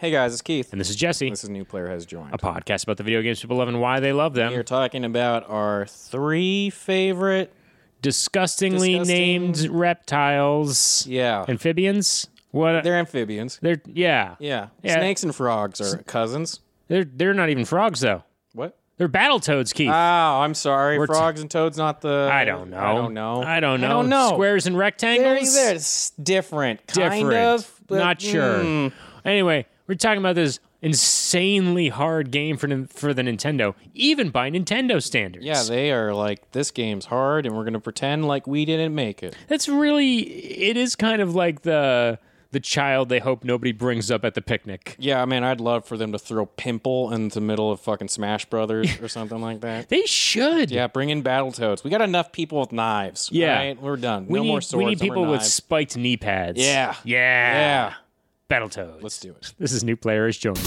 Hey guys, it's Keith. And this is Jesse, This is New Player Has Joined. a podcast about the video games people love and why they love We are them. talking about our three favorite. Disgustingly Disgusting. named reptiles. Yeah. Amphibians? What? They're, They're amphibians. yeah. Yeah. Yeah. Snakes and frogs are cousins. They're they're not even frogs though. What? They're battle toads, Keith. Oh, I'm sorry. t- frogs and toads, not the. I don't know. I don't know. I don't know. I don't know. Squares and They're, rectangles? they're s- different. Kind Different. of. but- not sure. Mm. Anyway, we're talking about this insanely hard game for nin- for the Nintendo, even by Nintendo standards. Yeah, they are like, this game's hard, and we're going to pretend like we didn't make it. that's really it is kind of like the the child they hope nobody brings up at the picnic. Yeah, I mean, I'd love for them to throw Pimple in the middle of fucking Smash Brothers or something like that. They should. Yeah, bring in Battletoads. We got enough people with knives. Yeah. right? we're done. We no need, more swords. we need no more people with Ah. knives. spiked knee pads. Yeah. Yeah. Yeah. Battletoads. Let's do it. This is new player is joined.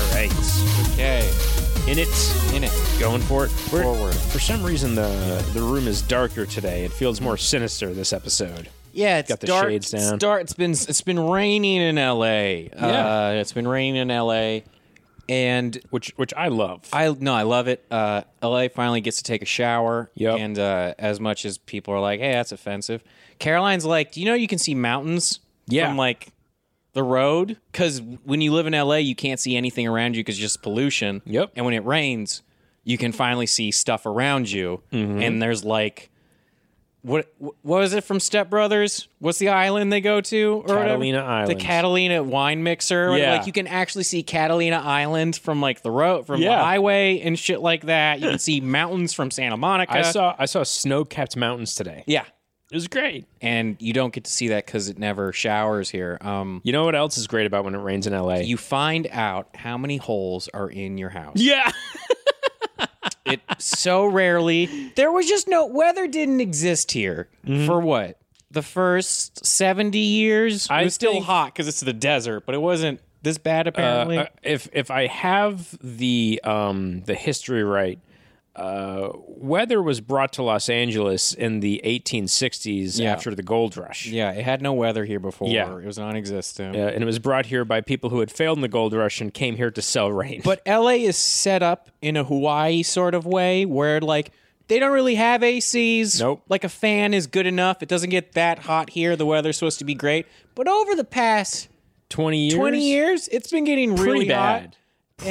All right, Okay, in it, in it. going for it. We're- Forward. For some reason, the the room is darker today. It feels more sinister this episode. Yeah, it's Got the dark. shades It's down. dark. It's been it's been raining in L.A. Yeah. uh, it's been raining in L.A. And which which I love. I no, I love it. Uh, L.A. finally gets to take a shower. Yep. And uh, as much as people are like, "Hey, that's offensive," Caroline's like, "Do you know you can see mountains Yeah. from like the road? Because when you live in L.A., you can't see anything around you because just pollution. Yep. And when it rains, you can finally see stuff around you. Mm-hmm. And there's like." What what was it from Step Brothers? What's the island they go to? Or whatever? Catalina The Island. Catalina wine mixer. Yeah. Like you can actually see Catalina Island from like the road from Yeah. the highway and shit like that. You can see mountains from Santa Monica. I saw I saw snow capped mountains today. yeah. It was great. And you don't get to see that because it never showers here. Um, You know what else is great about when it rains in LA? you find out how many holes are in your house. yeah. It so rarely. There was just no weather. Didn't exist here Mm-hmm. for what the first seventy years. I it was still think- hot because it's the desert, but it wasn't this bad apparently. Uh, if if I have the um the history right, uh, weather was brought to Los Angeles in the 1860s Yeah. after the gold rush. yeah, it had no weather here before. Yeah. it was non-existent. Uh, and it was brought here by people who had failed in the gold rush and came here to sell rain. But LA is set up in a Hawaii sort of way where like they don't really have ACs. Nope. Like a fan is good enough. It doesn't get that hot here. The weather's supposed to be great. But over the past 20 years, 20 years, it's been getting pretty really bad. hot.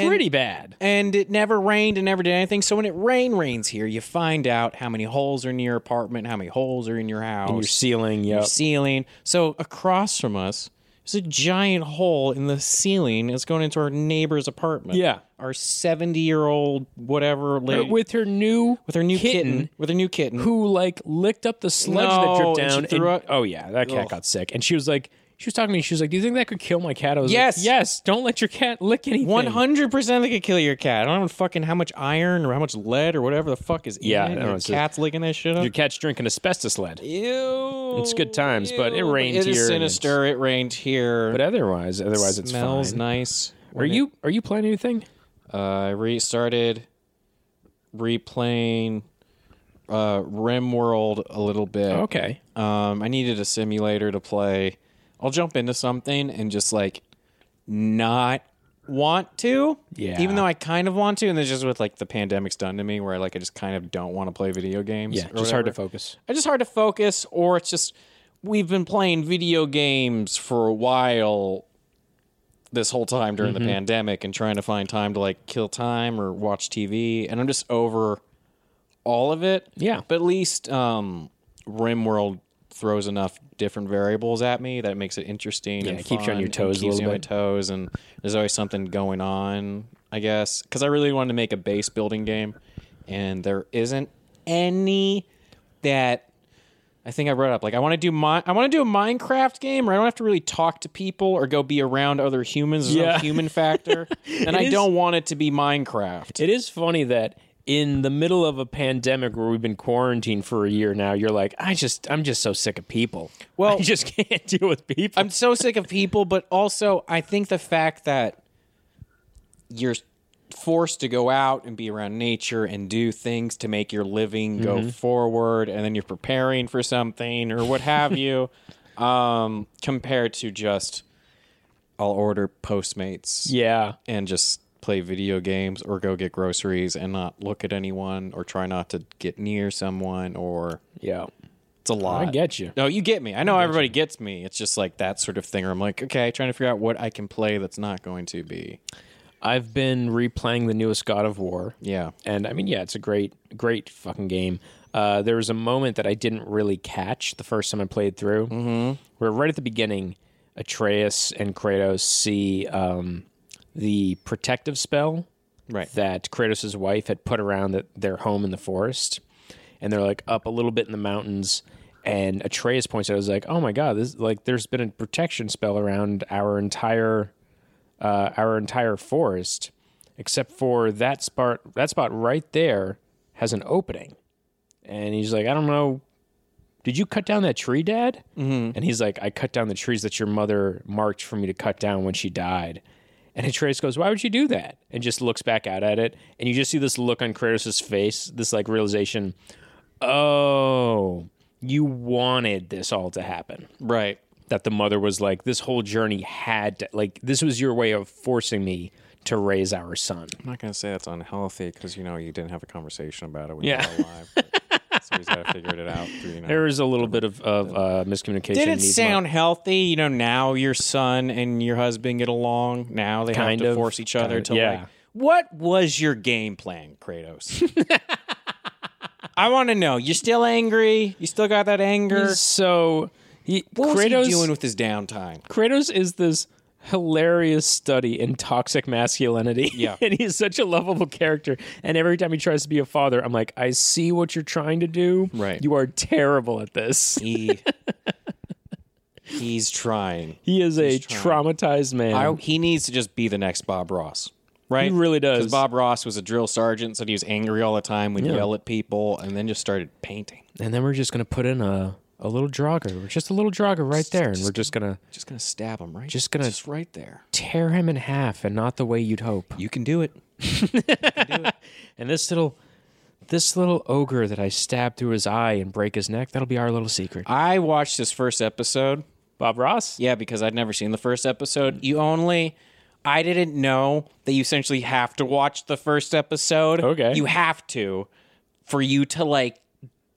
pretty bad. And it never rained and never did anything. So when it rain rains here, you find out how many holes are in your apartment, how many holes are in your house, Your ceiling, yep. your ceiling. So across from us, there's a giant hole in the ceiling that's going into our neighbor's apartment. Yeah. Uh, Our 70 year old whatever lady with her new with her new kitten, kitten. with her new kitten. who like licked up the sludge No, that dripped and she down. threw up- oh yeah, that cat Ugh. got sick, and she was like, she was talking to me. She was like, "Do you think that could kill my cat?" I was Yes. like, "Yes, don't let your cat lick anything." 100% they could kill your cat. I don't know fucking how much iron or how much lead or whatever the fuck is in Yeah, I it. don't and know, Your it's just- cat's licking that shit up. Your cat's drinking asbestos lead. Ew. It's good times, but it ew. rained It here is and sinister. It rained here. But otherwise, otherwise it's smells fine. nice. Are you are you playing anything? Uh, I restarted replaying uh, RimWorld a little bit. Okay, Um, I needed a simulator to play. I'll jump into something and just like not want to. Yeah. Even though I kind of want to, and it's just with like the pandemic's done to me, where like I just kind of don't want to play video games. yeah, or just hard to whatever. focus. It's just hard to focus, or it's just we've been playing video games for a while this whole time during Mm-hmm. the pandemic and trying to find time to like kill time or watch TV, and I'm just over all of it. Yeah. But at least um, RimWorld throws enough different variables at me that makes it interesting. Yeah, and it keeps you on fun your and toes a keeps little you on my bit. toes, and there's always something going on. I guess because I really wanted to make a base building game, and there isn't any that I think I brought up. Like I want to do my I want to do a Minecraft game where I don't have to really talk to people or go be around other humans. There's no Yeah. human factor, and I is- don't want it to be Minecraft. It is funny that in the middle of a pandemic where we've been quarantined for a year now, you're like, I just, I'm just so sick of people. Well- I just can't deal with people. I'm so sick of people, but also I think the fact that you're forced to go out and be around nature and do things to make your living Mm-hmm. go forward, and then you're preparing for something or what have you, um, compared to just I'll order Postmates yeah. and just play video games or go get groceries and not look at anyone or try not to get near someone or Yeah. it's a lot. I get you. No, you get me. I know everybody gets me. It's just like that sort of thing where I'm like, okay, trying to figure out what I can play that's not going to be. I've been replaying the newest God of War. Yeah. And I mean, yeah, it's a great, great fucking game. Uh, there was a moment that I didn't really catch the first time I played through, mm-hmm. where right at the beginning, Atreus and Kratos see um, the protective spell Right. that Kratos' wife had put around the, their home in the forest. And they're like up a little bit in the mountains. And Atreus points out, I was like, oh my God, this like there's been a protection spell around our entire uh, our entire forest, except for that spot that spot right there has an opening. And he's like, I don't know. Did you cut down that tree, Dad? Mm-hmm. And he's like, I cut down the trees that your mother marked for me to cut down when she died. And Atreus goes, Why would you do that? And just looks back out at it. And you just see this look on Kratos' face, this like realization, oh, you wanted this all to happen Right. that the mother was like, this whole journey had to, like, this was your way of forcing me to raise our son. I'm not going to say that's unhealthy because, you know, you didn't have a conversation about it when Yeah. you were alive. but Somebody's got to figure it out. Through, you know. There is a little bit of, of uh, miscommunication. Did it needs sound healthy? You know, now your son and your husband get along. Now they Kind have to of. force each other Kind- to yeah. like. What was your game plan, Kratos? I want to know. You still angry? You still got that mon- anger? So, he, what was Kratos, he doing with his downtime? Kratos is this hilarious study in toxic masculinity. Yeah. and he's such a lovable character. And every time he tries to be a father, I'm like, I see what you're trying to do. Right. You are terrible at this. He he's trying. He is a trying. traumatized man. I, he needs to just be the next Bob Ross, right? He really does. 'Cause Bob Ross was a drill sergeant, so he was angry all the time. Would yell at people, and then just started painting. and then we're just gonna put in a a little jogger, just a little jogger right there, and we're just gonna Just gonna stab him, right? Just gonna- just right there. tear him in half, and not the way you'd hope. You can do it. And this little this little ogre that I stabbed through his eye and break his neck, that'll be our little secret. I watched his first episode. Bob Ross. Yeah, because I'd never seen the first episode. You only. I didn't know that you essentially have to watch the first episode. Okay. You have to for you to like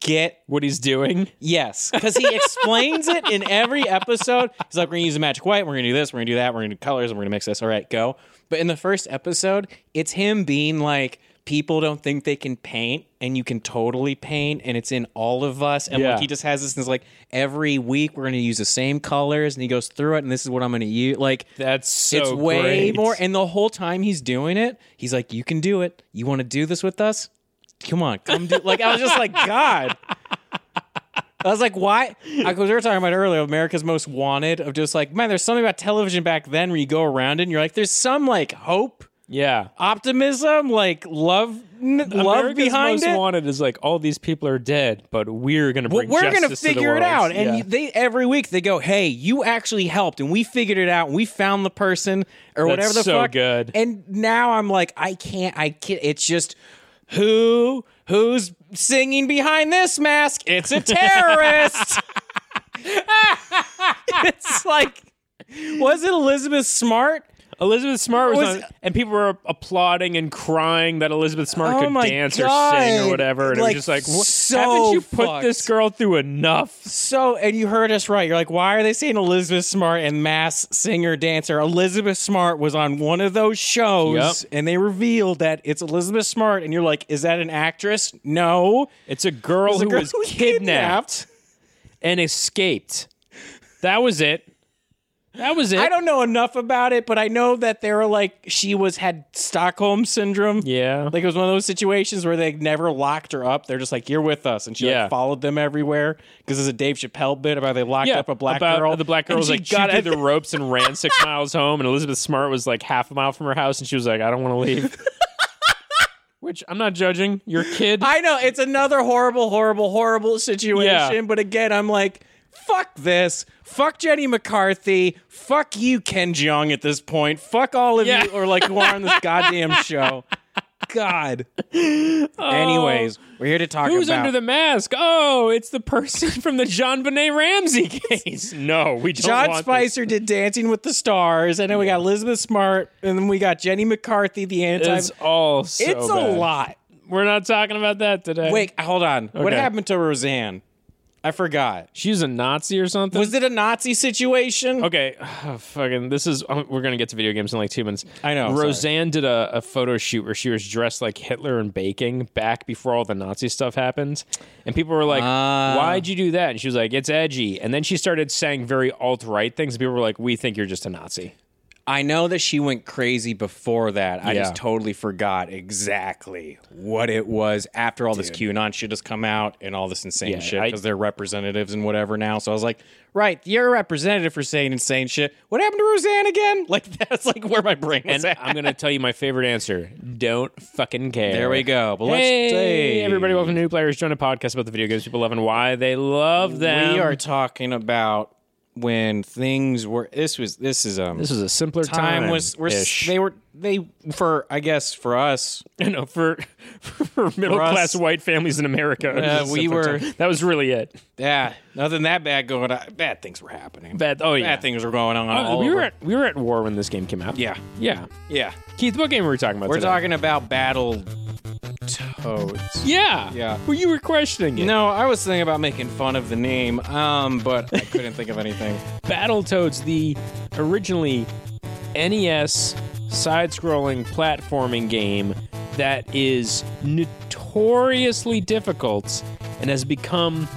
get What he's doing? Yes, because he explains it in every episode. He's like, "We're gonna use the magic white. We're gonna do this. We're gonna do that. We're gonna do colors. And we're gonna mix this. All right, go." But in the first episode, it's him being like, "People don't think they can paint, and you can totally paint, and it's in all of us." And Yeah. like, he just has this. And it's like every week we're gonna use the same colors, and he goes through it, and this is what I'm gonna use. Like That's so it's way great. more. And the whole time he's doing it, he's like, "You can do it. You want to do this with us? Come on, come do." like I was just like, God. I was like, why? Because we were talking about earlier, America's Most Wanted, of just like, man, there's something about television back then where you go around it and you're like, there's some like hope, Yeah. optimism, like love, n- love America's behind Most it. Wanted is like all these people are dead, but we're gonna bring we're justice gonna to the figure it world. out and Yeah. you- they every week they go hey you actually helped and we figured it out and we found the person or whatever the so fuck good. and now i'm like i can't i can't it's just who who's singing behind this mask it's a terrorist it's like was it elizabeth smart Elizabeth Smart was, Was- on, and people were applauding and crying that Elizabeth Smart Oh could my dance or sing God. or whatever. And Like, it was just like, "Wha- so haven't you put fucked. this girl through enough? so and you heard us right you're like why are they saying elizabeth smart and mass singer dancer elizabeth smart was on one of those shows Yep. and they revealed that it's elizabeth smart and you're like is that an actress no It's a girl The who girl was kidnapped. kidnapped, and escaped. That was it. That was it. i don't know enough about it but i know that they were like she was had stockholm syndrome yeah. like it was one of those situations where they never locked her up. They're just like, "You're with us," and she Yeah. like followed them everywhere. Because there's a Dave Chappelle bit about they locked yeah, up a black about girl. The black girl and was she like got got out through the ropes and ran six miles home, and Elizabeth Smart was like half a mile from her house, and she was like, "I don't want to leave." We're which I'm not judging. Your kid. I know it's another horrible, horrible, horrible situation. But again, I'm like, fuck this. Fuck Jenny McCarthy. Fuck you, Ken Jeong. At this point, fuck all of Yeah. you, or like who are on this goddamn show. God. Anyways, we're here to talk Oh. Who's about under the mask? Oh, it's the person from the John Benet Ramsey case. No, we don't John want this. Spicer did Dancing with the Stars, and then we got Elizabeth Smart, and then we got Jenny McCarthy, the anti. It's all so It's a bad. lot. We're not talking about that today. Wait, hold on. What Okay. happened to Roseanne? I forgot. she's a Nazi or something? Was it a Nazi situation? Okay, fucking. This is um, we're gonna get to video games in like two minutes. I know, sorry. Roseanne did a, a photo shoot where she was dressed like Hitler and baking back before all the Nazi stuff happened, and people were like, Ah. "Why'd you do that?" And she was like, "It's edgy." And then she started saying very alt right things, and people were like, "We think you're just a Nazi." I know that she went crazy before that. I Yeah. just totally forgot exactly what it was after all this QAnon shit has come out and all this insane Yeah, shit I- because they're representatives and whatever now. So I was like, right, you're a representative for saying insane shit. What happened to Roseanne again? Like that's like where my brain was And at. I'm gonna tell you my favorite answer: Don't fucking care. There we go. But let's Hey, say everybody, welcome to New Players. Join a podcast about the video games people love and why they love them. We are talking about when things were. This was this is um This was a simpler time. time was we're, ish. they were they for I guess for us you know, for for middle us- class white families in America. it was Uh, a we simpler were- time. That was really it. Yeah, nothing that bad going on. Bad things were happening. Bad, Oh, Bad. Oh yeah. Oh, things were going on. all we over. were at we were at war when this game came out. yeah, Yeah. yeah. Keith, what game were we talking about? We're today? talking about battle toads. Yeah. Yeah. Well, you were questioning it. No, I was thinking about making fun of the name, um, but I couldn't think of anything. Battletoads, the originally NES side-scrolling platforming game that is notoriously difficult and has become.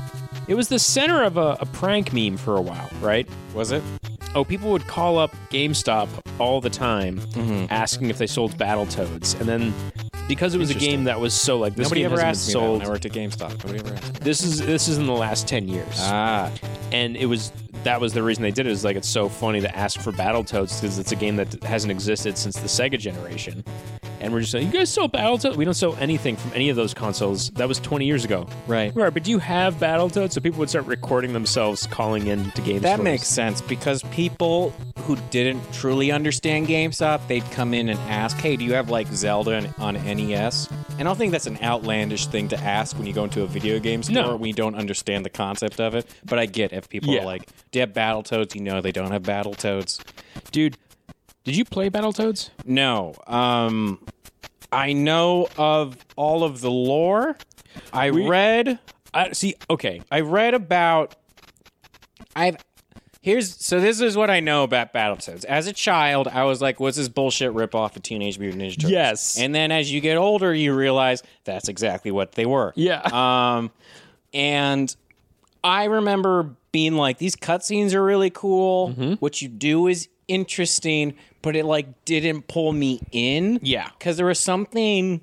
It was the center of a, a prank meme for a while, right? Was it? Oh, people would call up GameStop all the time Mm-hmm. asking if they sold Battletoads. And then because it was a game that was so like this Nobody game ever hasn't asked me been sold. that. When I worked at GameStop. Nobody ever asked. Me. This is this is in the last 10 years. Ah, and it was that was the reason they did it is like it's so funny to ask for Battletoads because it's a game that hasn't existed since the Sega generation. And we're just like, you guys sell Battletoads? We don't sell anything from any of those consoles. That was 20 years ago. right. Right, but do you have Battletoads? So people would start recording themselves calling in to game That stores. makes sense because people who didn't truly understand GameStop, they'd come in and ask, "Hey, do you have like Zelda on, on NES?" And I don't think that's an outlandish thing to ask when you go into a video game store. No. We don't understand the concept of it, but I get if people Yeah. are like, "Do you have Battletoads?" You know, they don't have Battletoads. Dude, did you play Battletoads? No, um, I know of all of the lore. I read I see. Okay, I read about. I've here's so this is what I know about Battletoads. As a child, I was like, "What's this bullshit ripoff of Teenage Mutant Ninja Turtles?" Yes. and then as you get older, you realize that's exactly what they were. Yeah. Um, and I remember being like, "These cutscenes are really cool. Mm-hmm. What you do is interesting," but it like didn't pull me in. Yeah. because there was something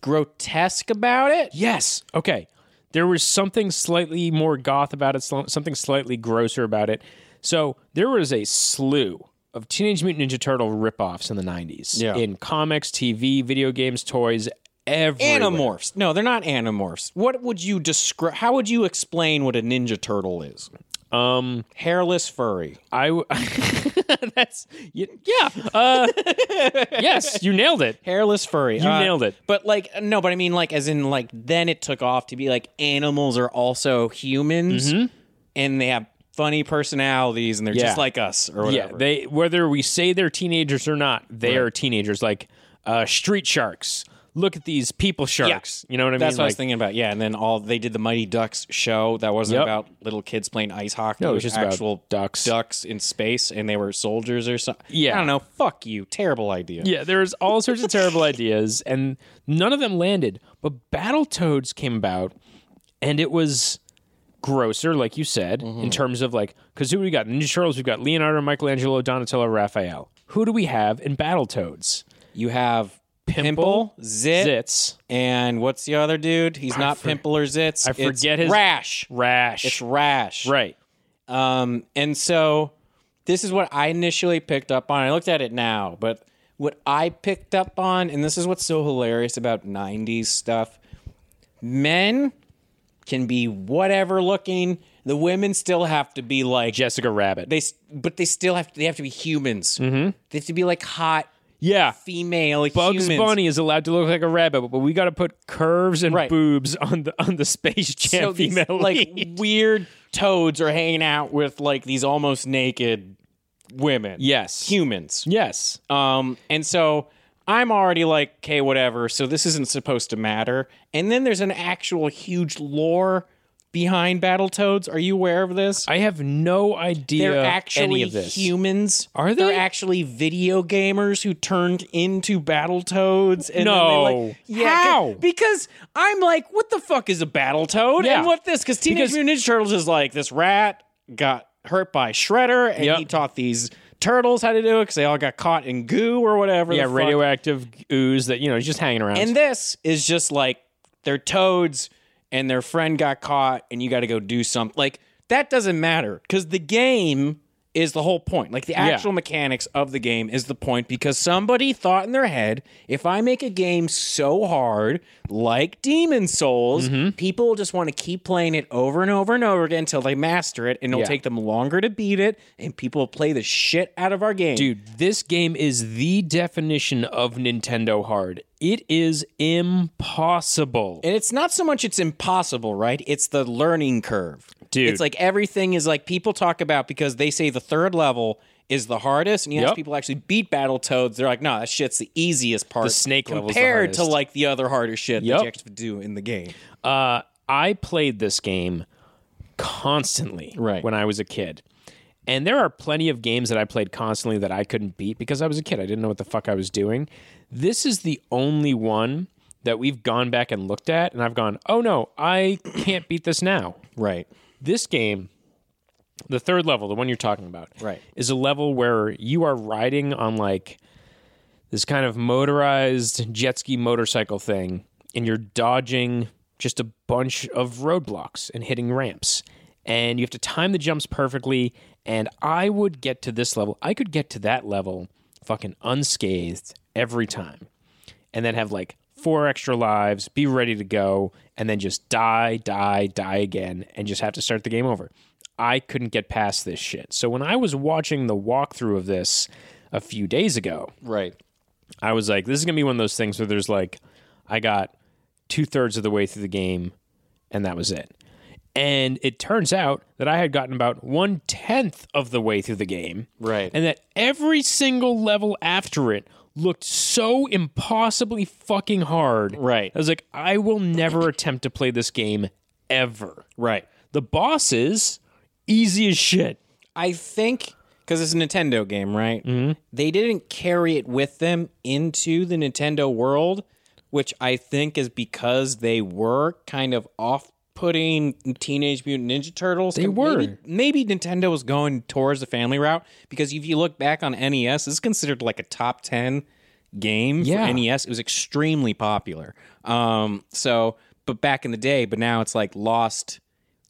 grotesque about it. yes. Okay. There was something slightly more goth about it, sl- something slightly grosser about it. So there was a slew of Teenage Mutant Ninja Turtle ripoffs in the 90s Yeah. in comics, TV, video games, toys, everywhere. Animorphs. No, they're not animorphs. What would you describe? How would you explain what a ninja turtle is? Um, hairless, furry. I w- that's y- yeah. Uh, yes, you nailed it. Hairless, furry. You nailed it. But like, no, but I mean, like, as in, like, then it took off to be like animals are also humans, and they have funny personalities, and they're Mm-hmm. Yeah. just like us or whatever. Yeah, they whether we say they're teenagers or not, they are teenagers. Like uh, street sharks. Look at these people sharks. You know what I That's mean? what I Like- was thinking about. Yeah, and then all they did the Mighty Ducks show that wasn't Yep. about little kids playing ice hockey. No, it was just about actual ducks. ducks in space, and they were soldiers or something. Yeah. I don't know. Fuck you. Terrible idea. Yeah, there's all sorts of terrible ideas, and none of them landed. But Battletoads came about, and it was grosser, like you said, Mm-hmm. in terms of like, because who do we got? Ninja Turtles, we've got Leonardo, Michelangelo, Donatello, Raphael. Who do we have in Battletoads? You have Pimple, Pimple, Zit, Zits, and what's the other dude? He's not Pimple or Zits. I forget his- Rash. Rash. It's Rash. right. Um, and so this is what I initially picked up on. I looked at it now, but What I picked up on, and this is what's so hilarious about 90s stuff men can be whatever looking, the women still have to be like. Jessica Rabbit. they, s- but they still have to. They have to be humans. They have to be like hot yeah. female like Mm-hmm. Bugs humans. Bunny is allowed to look like a rabbit, but we got to put curves and Right. boobs on the on the Space Jam So these, female lead. like weird toads are hanging out with like these almost naked women. Yes. humans. Yes. Um, and so I'm already like, okay, whatever. So this isn't supposed to matter. And then there's an actual huge lore behind Battletoads. Are you aware of this? I have no idea They're actually any of this. humans. Are They're they? actually video gamers who turned into Battletoads. And then they, like- No. yeah, How? c- Because I'm like, what the fuck is a Battletoad? Yeah. And what this? Because Teenage Because- Mutant Ninja Turtles is like, this rat got hurt by Shredder, and Yep. he taught these turtles how to do it because they all got caught in goo or whatever. yeah, the fuck. radioactive ooze that you know is just hanging around. And this is just like they're toads and their friend got caught and you got to go do something. Like that doesn't matter because the game is the whole point. Like the actual mechanics of the game is the point because somebody thought in their head, if I make a game so hard like Demon Souls, Mm-hmm. people will just want to keep playing it over and over and over again until they master it and it'll Yeah. take them longer to beat it and people will play the shit out of our game. Dude, this game is the definition of Nintendo hard. It is impossible. And it's not so much it's impossible, right? It's the learning curve. Dude. It's like everything is like people talk about because they say the third level is the hardest. And you ask Yep. people actually beat Battletoads, they're like, no, that shit's the easiest part. The snake level's the compared to hardest. like the other harder shit Yep. that you actually do in the game. Uh, I played this game constantly Right. when I was a kid. And there are plenty of games that I played constantly that I couldn't beat because I was a kid. I didn't know what the fuck I was doing. This is the only one that we've gone back and looked at, and I've gone, oh no, I can't beat this now. Right. this game the third level the one you're talking about Right. is a level where you are riding on like this kind of motorized jet ski motorcycle thing and you're dodging just a bunch of roadblocks and hitting ramps and you have to time the jumps perfectly and i would get to this level i could get to that level fucking unscathed every time and then have like four extra lives, be ready to go, and then just die, die, die again, and just have to start the game over. I couldn't get past this shit. So when I was watching the walkthrough of this a few days ago, Right. I was like, this is gonna be one of those things where there's like, I got two thirds of the way through the game, and that was it. And it turns out that I had gotten about one tenth of the way through the game, Right. And that every single level after it looked so impossibly fucking hard, Right. I was like, I will never attempt to play this game ever. Right. The bosses, easy as shit. I think because it's a Nintendo game, right? Mm-hmm. They didn't carry it with them into the Nintendo world, which I think is because they were kind of off. Putting Teenage Mutant Ninja Turtles. They were. Maybe, Nintendo was going towards the family route because if you look back on NES, this is considered like a top 10 game Yeah. for NES. It was extremely popular. Um, so, but back in the day, but now it's like lost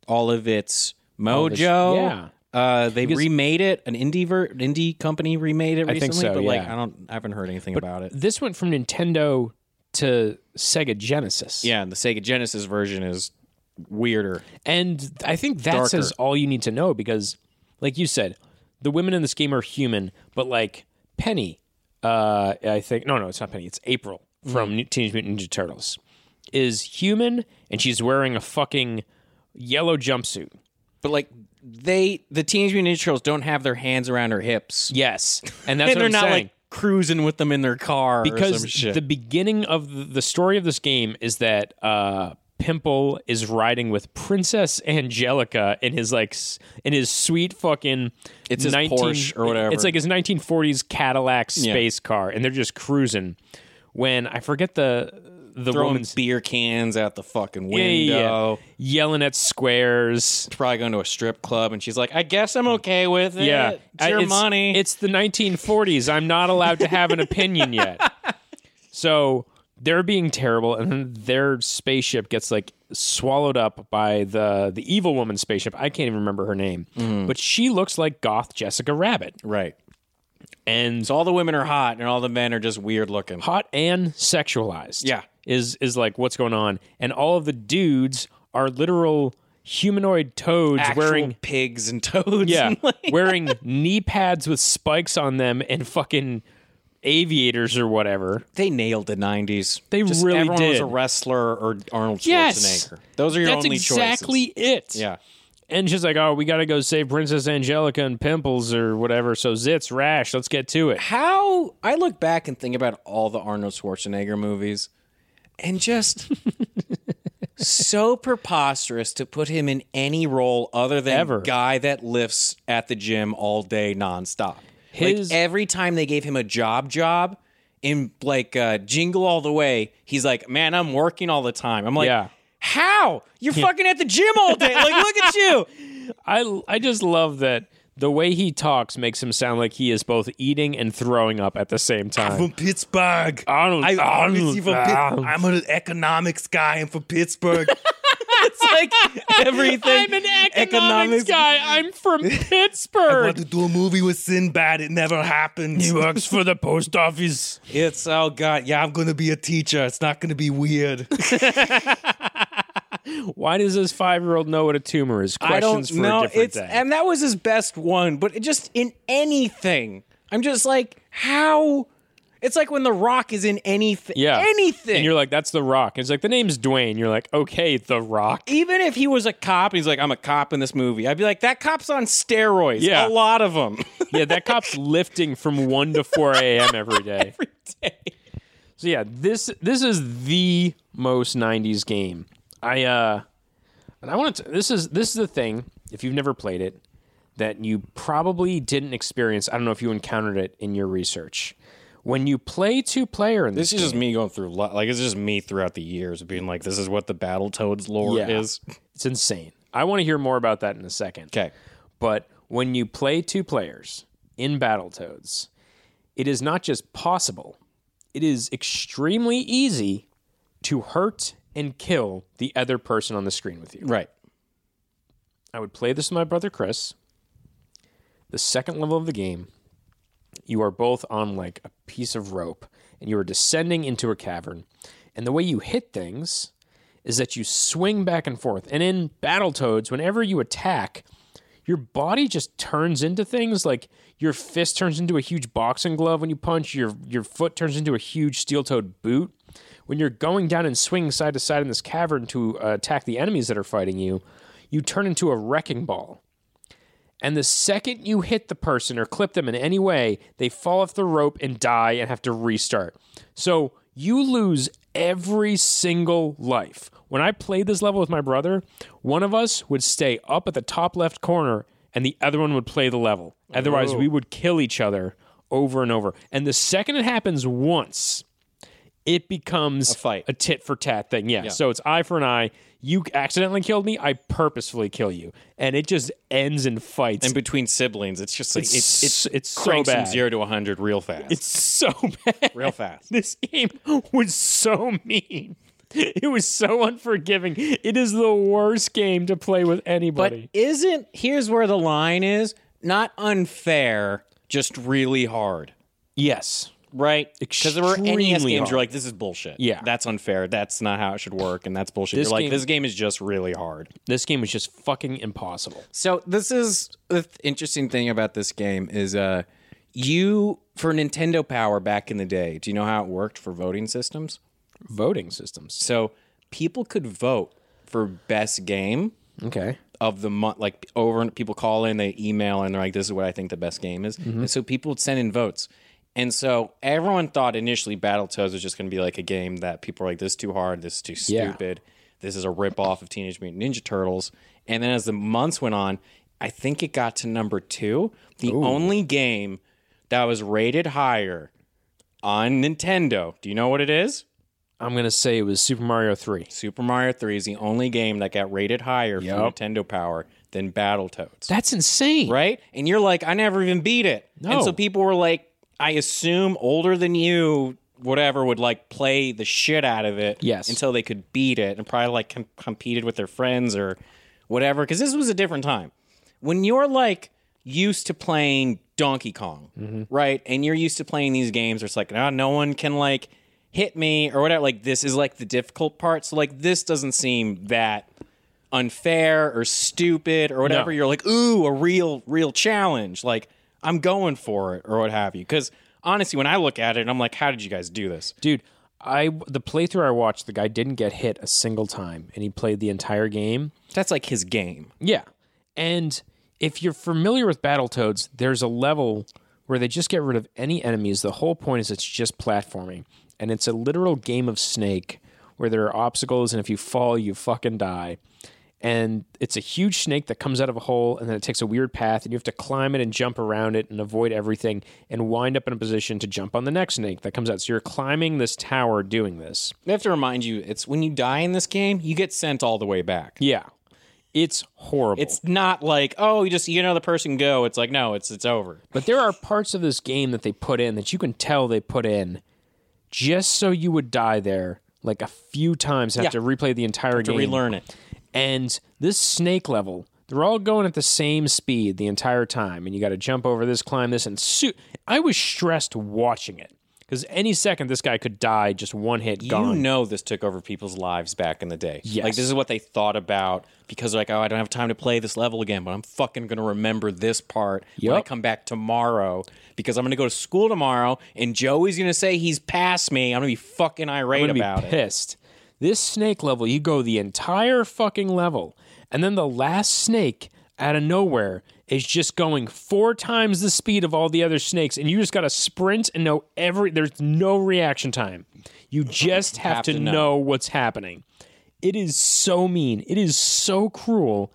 all of its mojo. yeah. Uh, they remade it. An indie ver- an indie company remade it recently, think so, but like yeah. I don't, I haven't heard anything about it. This went from Nintendo to Sega Genesis. Yeah, and the Sega Genesis version is weirder. And I think that Darker. says all you need to know because, like you said, the women in this game are human, but like Penny, uh, I think, no, no, it's not Penny, it's April Hmm. from New- Teenage Mutant Ninja Turtles, is human and she's wearing a fucking yellow jumpsuit. But like they, the Teenage Mutant Ninja Turtles don't have their hands around her hips, Yes. And that's and what they're I'm not saying. like cruising with them in their car or some because shit. the beginning of the- the story of this game is that uh, Pimple is riding with Princess Angelica in his like s- in his sweet fucking It's his Porsche or whatever. It's like his 1940s Cadillac space car, and they're just cruising. When I forget the the throwing woman's beer cans out the fucking Yeah, window. yeah, yeah. yelling at squares. Probably going to a strip club, and she's like, "I guess I'm okay with it. Yeah, it's your I- it's, money. It's the 1940s. I'm not allowed to have an opinion yet. So they're being terrible, and then their spaceship gets like swallowed up by the the evil woman's Mm-hmm. spaceship. I can't even remember her name, but she looks like goth Jessica Rabbit. right." and So all the women are hot and all the men are just weird looking. hot and sexualized. Yeah. Is is like what's going on. And all of the dudes are literal humanoid toads Actual wearing pigs and toads. yeah, and, like- wearing knee pads with spikes on them and fucking aviators or whatever. they nailed the '90s. They Just really everyone was did. a wrestler or Arnold Schwarzenegger. Yes! Those are your That's only exactly choices. it. Yeah. And she's like, "Oh, we got to go save Princess Angelica and Pimples or whatever." So zits rash, let's get to it. How I look back and think about all the Arnold Schwarzenegger movies, and just so preposterous to put him in any role other than Ever. guy that lifts at the gym all day nonstop. His- like every time they gave him a job, job in like uh, Jingle All the Way, he's like, "Man, I'm working all the time." I'm like. Yeah. How? You're fucking at the gym all day. Like, look at you. I I just love that the way he talks makes him sound like he is both eating and throwing up at the same time. Pittsburgh. Arnold- I- obviously from Pitt- Arnold. I'm an economics guy. I'm from Pittsburgh. it's like everything. I'm from I Pittsburgh. to do a movie with Sinbad. It never happened. works for the post office. It's oh god, yeah. I'm gonna be a teacher. It's not gonna be weird. Why does this five year old know what a tumor is? Questions I don't for know. a different It's day. and that was his best one, but it just in anything, I'm just like, how? It's like when The Rock is in anything. yeah. anything. And you're like, that's The Rock. It's like, the name's Dwayne. You're like, okay, The Rock. even if he was a cop, he's like, I'm a cop in this movie. I'd be like, that cop's on steroids. Yeah. A lot of them. Yeah, that cop's lifting from 1 to 4 a.m. every day. Every day. So yeah, this this is the most '90s game. I uh, and I want to. This is this is the thing. If you've never played it, that you probably didn't experience. I don't know if you encountered it in your research. When you play two player in this, This is just me going through, lo- like, it's just me throughout the years being like, this is what the Battletoads lore Yeah. is. it's insane. I want to hear more about that in a second. Okay. But when you play two players in Battletoads, it is not just possible, it is extremely easy to hurt and kill the other person on the screen with you. Right. I would play this with my brother Chris. The second level of the game, you are both on like a piece of rope and you are descending into a cavern. And the way you hit things is that you swing back and forth. And in Battletoads, whenever you attack, your body just turns into things like your fist turns into a huge boxing glove when you punch, your your foot turns into a huge steel-toed boot. When you're going down and swinging side to side in this cavern to uh, attack the enemies that are fighting you, you turn into a wrecking ball. And the second you hit the person or clip them in any way, they fall off the rope and die and have to restart. So you lose every single life. When I played this level with my brother, one of us would stay up at the top left corner and the other one would play the level. Otherwise, we would kill each other over and over. And the second it happens once, it becomes a fight. a tit for tat thing. Yeah. So it's eye for an eye. You accidentally killed me. I purposefully kill you, and it just ends in fights. And between siblings, it's just like, it's, it's it's so cranks from bad. zero to 100 real fast. It's so bad. real fast. This game was so mean. It was so unforgiving. It is the worst game to play with But anybody. isn't, here's where the line is not unfair, just really hard. yes. Right, because there were NES Extremely games. hard. You're like, this is bullshit. Yeah. that's unfair. That's not how it should work, and that's bullshit. This you're like, game- this game is just really hard. This game was just fucking impossible. So this is the th- interesting thing about this game is, uh, you for Nintendo Power back in the day. Do you know how it worked for voting systems? Voting systems. So people could vote for best game Okay. of the month, like over people call in, they email, and they're like, "This is what I think the best game is." Mm-hmm. And so people would send in votes, and so everyone thought initially Battletoads was just going to be like a game that people are like, "This is too hard. This is too Yeah. stupid. This is a ripoff of Teenage Mutant Ninja Turtles." And then as the months went on, I think it got to number two, the only game that was rated higher on Nintendo. Do you know what it is? I'm gonna say it was Super Mario Three. Super Mario 3 is the only game that got rated higher for Yup. Nintendo Power than Battletoads That's insane. right? And you're like, I never even beat it. And No. so people were like, I assume older than you, whatever, would like play the shit out of it Yes. until they could beat it and probably like com- competed with their friends or whatever. Cause this was a different time. When you're like, used to playing Donkey Kong, right? And you're used to playing these games where it's like, ah, no one can like hit me or whatever. Like this is like the difficult part. So like this doesn't seem that unfair or stupid or whatever. You're like, ooh, a real, real challenge. Like I'm going for it or what have you. Because honestly, when I look at it, I'm like, how did you guys do this? Dude, I the playthrough I watched, the guy didn't get hit a single time, and he played the entire game. That's like his game. Yeah. And if you're familiar with Battletoads, there's a level where they just get rid of any enemies. The whole point is it's just platforming. And it's a literal game of snake where there are obstacles, and if you fall, you fucking die. And it's a huge snake that comes out of a hole, and then it takes a weird path, and you have to climb it and jump around it and avoid everything and wind up in a position to jump on the next snake that comes out. So you're climbing this tower doing this. I have to remind you, it's when you die in this game, you get sent all the way back. Yeah. It's horrible. It's not like, oh, you just you know the person go. It's like, no, it's it's over. But there are parts of this game that they put in that you can tell they put in just so you would die there like a few times and have Yeah. to replay the entire To game. relearn it. And this snake level, they're all going at the same speed the entire time. And you got to jump over this, climb this, and suit. I was stressed watching it because any second this guy could die just one hit You gone. know this took over people's lives back in the day. Yes. Like this is what they thought about because they're like, oh, I don't have time to play this level again, but I'm fucking gonna remember this part when I Yup. come back tomorrow because I'm gonna go to school tomorrow and Joey's gonna say he's past me. I'm gonna be fucking irate I'm gonna about be it. pissed. This snake level, you go the entire fucking level, and then the last snake out of nowhere is just going four times the speed of all the other snakes, and you just gotta sprint and know every. There's no reaction time. You just have, Have to, to know. know. what's happening. It is so mean. It is so cruel.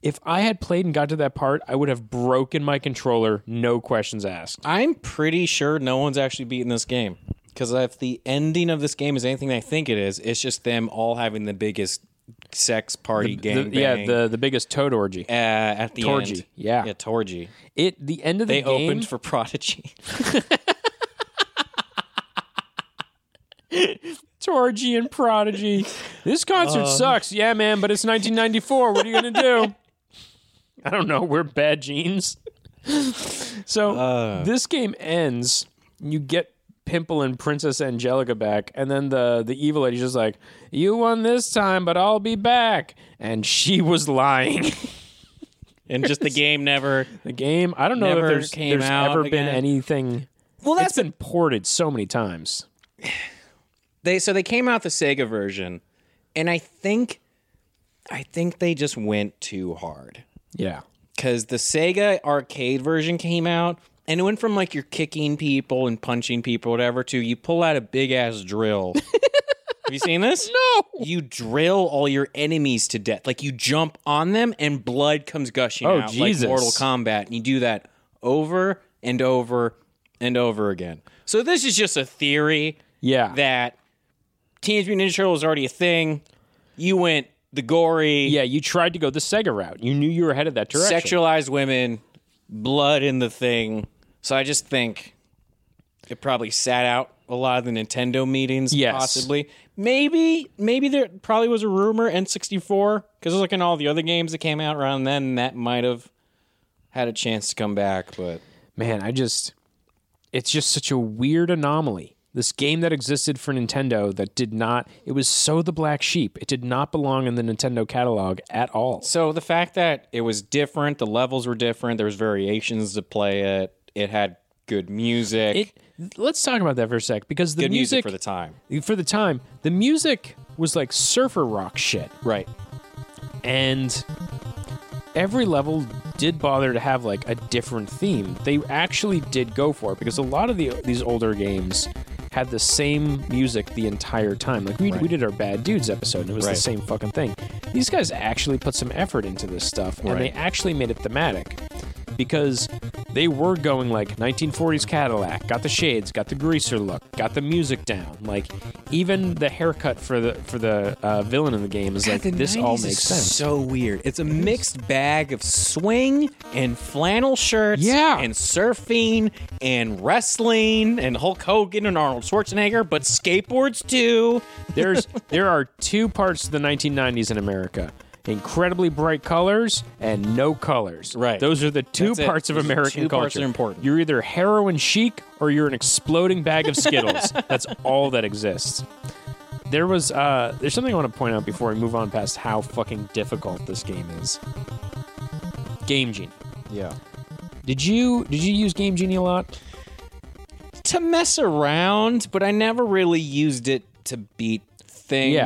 If I had played and got to that part, I would have broken my controller, no questions asked. I'm pretty sure no one's actually beaten this game because if the ending of this game is anything I think it is, it's just them all having the biggest sex party game. The- yeah, the, the biggest toad orgy. uh, at the Torgy, end. yeah. yeah, Torgy. It the end of the They game. opened for Prodigy. Torgy and Prodigy. This concert sucks. Yeah, man, but it's 1994. What are you going to do? I don't know. We're bad genes. so this game ends. You get Pimple and Princess Angelica back, and then the, the evil lady's just like, You won this time, but I'll be back. And she was lying. and just the game never. the game, I don't know Never if there's, came there's out ever been again. anything. Well, It's been ported so many times. they so they came out the Sega version, and I think, I think they just went too hard Yeah. because the Sega arcade version came out, and it went from like you're kicking people and punching people, whatever, to you pull out a big ass drill. Have you seen this? No. You drill all your enemies to death. Like you jump on them and blood comes gushing Oh, out Jesus. like Mortal Kombat. And you do that over and over and over again. So this is just a theory Yeah. that Teenage Mutant Ninja Turtle is already a thing. You went the gory, Yeah, you tried to go the Sega route. You knew you were headed that direction. sexualized women, blood in the thing. So I just think it probably sat out a lot of the Nintendo meetings. Yes. possibly. Maybe, maybe there probably was a rumor N64 because like in all the other games that came out around then, that might have had a chance to come back. But Man, I just it's just such a weird anomaly. This game that existed for Nintendo that did not it was so the black sheep. It did not belong in the Nintendo catalog at all. so the fact that it was different, the levels were different, there was variations to play it. It had good music, It let's talk about that for a sec because the good music music, for the time, the- for the time, the music was like surfer rock shit. right? and every level did bother to have like a different theme. They actually did go for it because a lot of the these older games had the same music the entire time. Like we, we did our Bad Dudes episode and it was Right. the same fucking thing. These guys actually put some effort into this stuff and they Right. actually made it thematic because they were going like 1940s Cadillac, got the shades, got the greaser look, got the music down. Like even the haircut for the for the uh, villain in the game is like God, the this all 90s makes is sense. So weird. It's a mixed bag of swing and flannel shirts, Yeah. and surfing and wrestling and Hulk Hogan and Arnold Schwarzenegger, but skateboards too. There's there are two parts of the 1990s in America. incredibly bright colors and no colors. Right. Those are the two That's it. parts of Those are the American two culture. parts that are important. You're either heroin chic or you're an exploding bag of Skittles. That's all that exists. There was uh there's something I want to point out before we move on past how fucking difficult this game is. Game Genie. Yeah. Did you did you use Game Genie a lot? To mess around, but I never really used it to beat Yeah.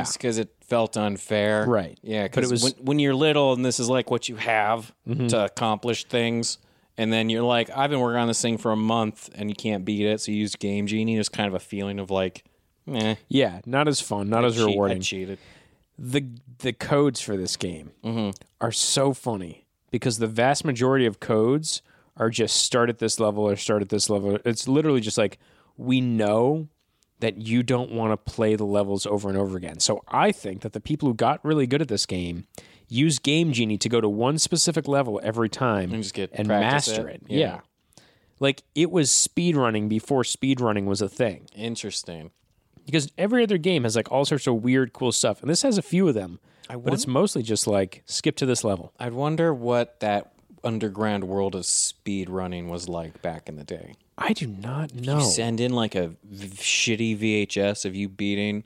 things because it felt unfair. Right. Yeah. But it Because was- Mm-hmm. when, when you're little and this is like what you have to accomplish things, and then you're like, I've been working on this thing for a month and you can't beat it, so you use Game Genie. There's kind of a feeling of like, eh, Yeah, not as fun, not as cheat- I rewarding. cheated. the the codes for this game Mm-hmm. are so funny because the vast majority of codes are just start at this level or start at this level. It's literally just like we know that you don't want to play the levels over and over again. So I think that the people who got really good at this game use Game Genie to go to one specific level every time And just get and practice master it. it. Yeah. Yeah. Like it was speedrunning before speedrunning was a thing Interesting. because every other game has like all sorts of weird, cool stuff, and this has a few of them. but it's mostly just like skip to this level. I wonder what that underground world of speed running was like back in the day. I do not know. Send in like a v- shitty VHS of you beating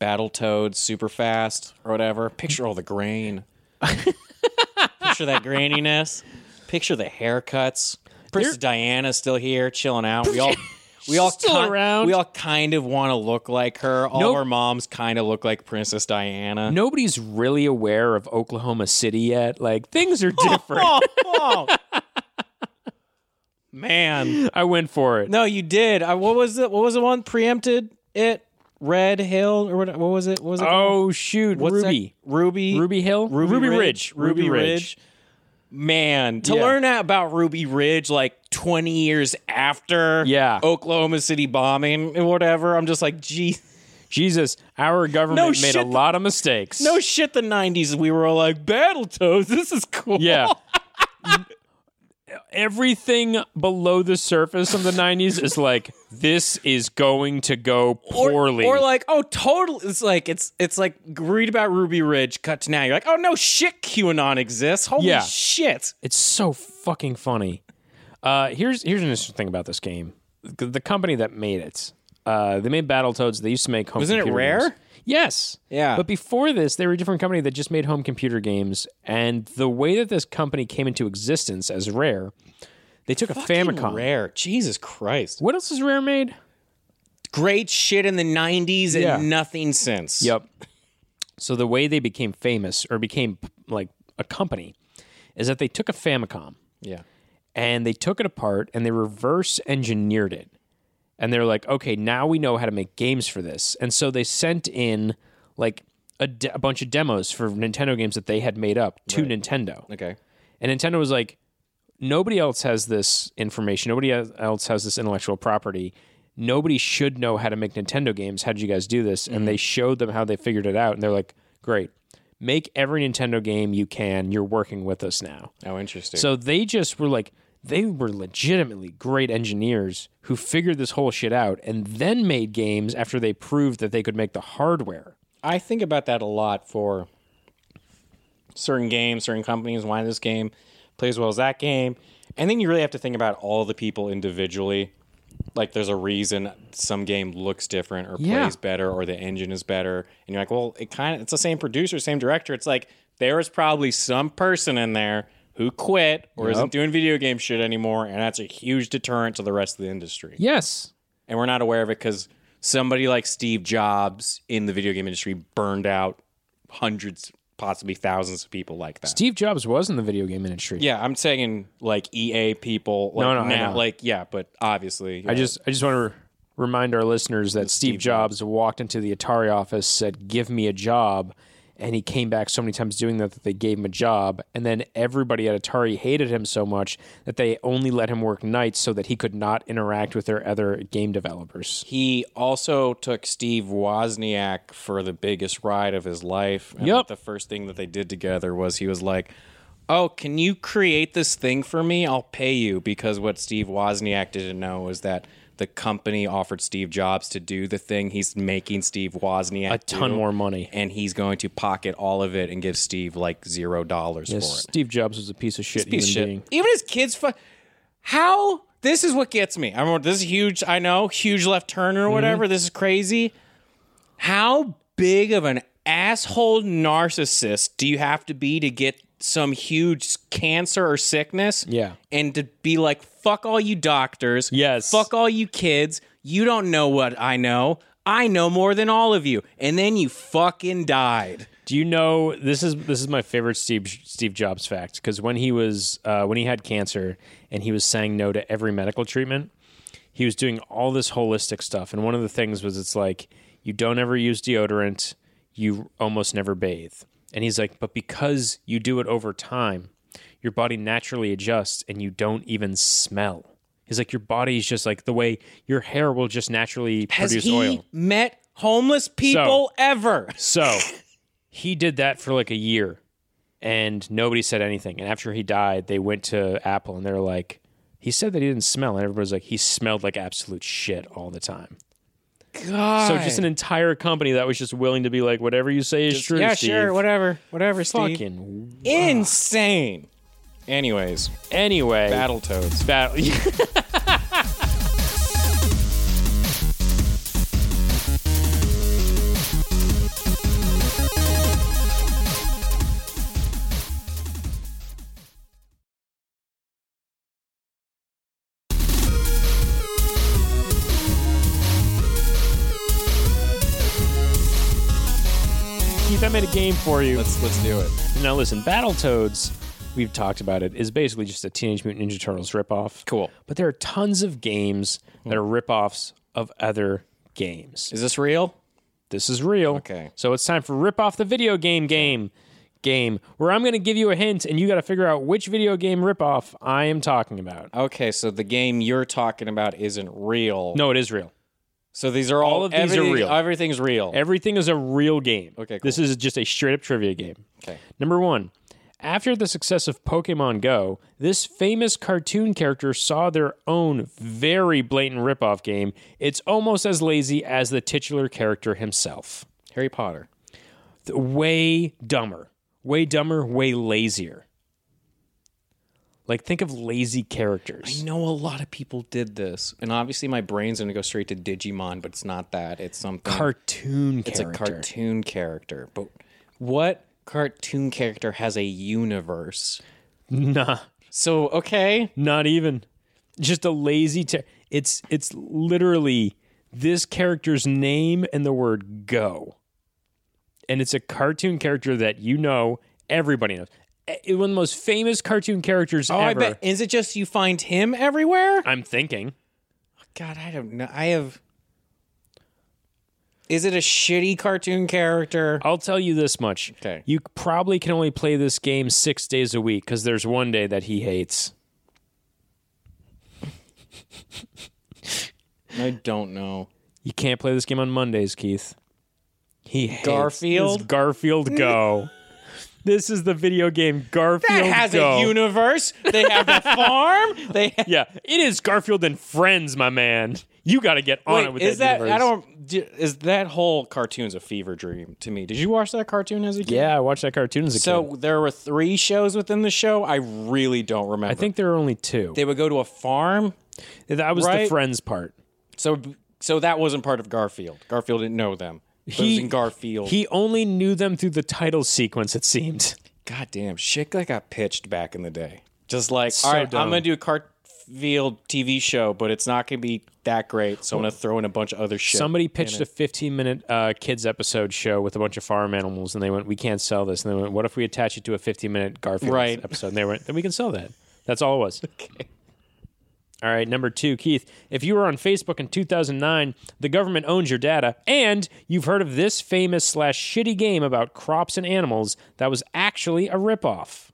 Battletoads super fast or whatever. Picture all the grain. Picture that graininess. Picture the haircuts. Princess Diana's still here, chilling out. We all. We all, Still kin- around. we all kind of want to look like her. All Nope. our moms kind of look like Princess Diana. Nobody's really aware of Oklahoma City yet. Like things are different. Oh, man. I went for it. No, you did. I, what was it? What was the one preempted? It Red Hill or what? What was it? What was it? called? Oh shoot, What's that- Ruby. Uh, Ruby. Ruby Hill? Ruby, Ruby Ridge. Ridge. Ruby, Ruby Ridge. Ridge. Man, to Yeah. learn that about Ruby Ridge like 20 years after Yeah. Oklahoma City bombing and whatever, I'm just like, gee, Jesus, our government No made a shit. lot of mistakes. no shit. The 90s, we were all like, Battletoads, this is cool. yeah. Everything below the surface of the 90s is like, this is going to go Or- poorly. Or, like, oh, totally. It's like it's it's like read about Ruby Ridge. Cut to now. You're like, oh no, shit, QAnon exists. Holy Yeah. shit. It's so fucking funny. Uh, here's here's an interesting thing about this game. The, the company that made it, uh, they made Battletoads. They used to make home. Wasn't it computer Rare? games. Yes. Yeah. But before this, they were a different company that just made home computer games. And the way that this company came into existence as Rare, they took a Famicom. Rare. Jesus Christ. What else has Rare made? Great shit in the 90s and Yeah. nothing since. Yep. So the way they became famous or became like a company is that they took a Famicom. Yeah. and they took it apart and they reverse engineered it. And they're like, okay, now we know how to make games for this. And so they sent in like a, de- a bunch of demos for Nintendo games that they had made up to Nintendo. Okay. And Nintendo was like, nobody else has this information. Nobody has- else has this intellectual property. Nobody should know how to make Nintendo games. How did you guys do this? And they showed them how they figured it out. And they're like, great, make every Nintendo game you can. You're working with us now. Oh, interesting. So they just were like, they were legitimately great engineers who figured this whole shit out and then made games after they proved that they could make the hardware. I think about that a lot for certain games, certain companies, why this game plays well as that game. And then you really have to think about all the people individually. Like there's a reason some game looks different or Yeah. plays better or the engine is better. And you're like, well, it kind of it's the same producer, same director. It's like there is probably some person in there who quit or isn't doing video game shit anymore, and that's a huge deterrent to the rest of the industry Yes. and we're not aware of it because somebody like Steve Jobs in the video game industry burned out hundreds, possibly thousands of people like that. Steve Jobs was in the video game industry. yeah, I'm saying like EA people. Like No, no, I now, know. like yeah, but obviously, I just I just want to re- remind our listeners that Steve, Jobs walked into the Atari office, said, "Give me a job." And he came back so many times doing that that they gave him a job. And then everybody at Atari hated him so much that they only let him work nights so that he could not interact with their other game developers. he also took Steve Wozniak for the biggest ride of his life. And Yep. The first thing that they did together was he was like, "Oh, can you create this thing for me? I'll pay you." Because what Steve Wozniak didn't know was that the company offered Steve Jobs to do the thing he's making Steve Wozniak A ton do, more money. and he's going to pocket all of it and give Steve like zero dollars for it. Steve Jobs was a piece of shit Piece of human shit. being. Even his kids, fu- how this is what gets me. I remember this is huge. I know huge left turn Mm-hmm. or whatever. This is crazy. How big of an asshole narcissist do you have to be to get some huge cancer or sickness? Yeah. and to be like, fuck all you doctors. Yes. fuck all you kids. You don't know what I know. I know more than all of you. And then you fucking died. Do you know this is this is my favorite Steve Steve Jobs fact because when he was uh, when he had cancer and he was saying no to every medical treatment, he was doing all this holistic stuff. And one of the things was it's like you don't ever use deodorant, you almost never bathe. And he's like, but because you do it over time, your body naturally adjusts and you don't even smell. He's like, your body's just like the way your hair will just naturally Has produce he oil. met homeless people ever? So he did that for like a year and nobody said anything. And after he died, they went to Apple and they were like, he said that he didn't smell. And everybody's like, he smelled like absolute shit all the time. God. So just an entire company that was just willing to be like, whatever you say is true. yeah, Steve. sure, whatever, whatever, Steve. Fucking. Insane. Anyways, Anyway. Battletoads. Battle. Keith, I made a game for you. Let's let's do it. Now listen, Battletoads, we've talked about it, is basically just a Teenage Mutant Ninja Turtles ripoff. Cool. But there are tons of games that are ripoffs of other games. Is this real? This is real. Okay. So it's time for Rip Off the Video Game Game game, where I'm gonna give you a hint and you gotta figure out which video game ripoff I am talking about. Okay, so the game you're talking about isn't real. No, it is real. So these are all, All of these are everything- real. Everything's real. Everything is a real game. Okay, This is just a straight up trivia game. okay. Number one, after the success of Pokemon Go, this famous cartoon character saw their own very blatant ripoff game. It's almost as lazy as the titular character himself. Harry Potter. Th- Way dumber. Way dumber, way lazier. Like, think of lazy I characters. know a lot of people did this, and obviously my brain's gonna go straight to Digimon, but it's not that. It's something. Cartoon it's a character. cartoon character, but what cartoon character has a universe? nah, So okay, not even. Just a lazy. Ter- it's it's literally this character's name and the word go. and it's a cartoon character that you know everybody knows. Eh, One of the most famous cartoon characters Oh, ever. I bet. Is it just you find him everywhere? am thinking. God, I don't know. I have. Is it a shitty cartoon character? I'll tell you this much. Okay. You probably can only play this game six days a week because there's one day that he hates. I don't know. You can't play this game on Mondays, Keith. He hates Garfield? this Garfield Go. this is the video game Garfield That has Go. a universe. They have a farm. They have, yeah, it is Garfield and Friends, my man. You got to get on it wait, with is that? universe. I don't. d- Is that whole cartoon's a fever dream to me? Did you watch that cartoon as a kid? Yeah, I watched that cartoon as a kid. So there were three shows within the show. I really don't remember. I think there are only two. they would go to a farm. That was the Right? friends part. So so that wasn't part of Garfield. Garfield didn't know them. He, was in Garfield. He only knew them through the title sequence. It seemed. God damn, shit like got pitched back in the day. Just like, So all right, dumb. I'm gonna do a Cartfield TV show, but it's not gonna be that great. So I'm gonna throw in a bunch of other shit. Somebody pitched a 15 minute uh, kids episode show with a bunch of farm animals, and they went, "We can't sell this." And they went, "What if we attach it to a 15 minute Garfield Right. episode?" And they went, "Then we can sell that." That's all it was. All right, number two, Keith. If you were on Facebook in 2009, the government owns your data, and you've heard of this famous slash shitty game about crops and animals that was actually a ripoff.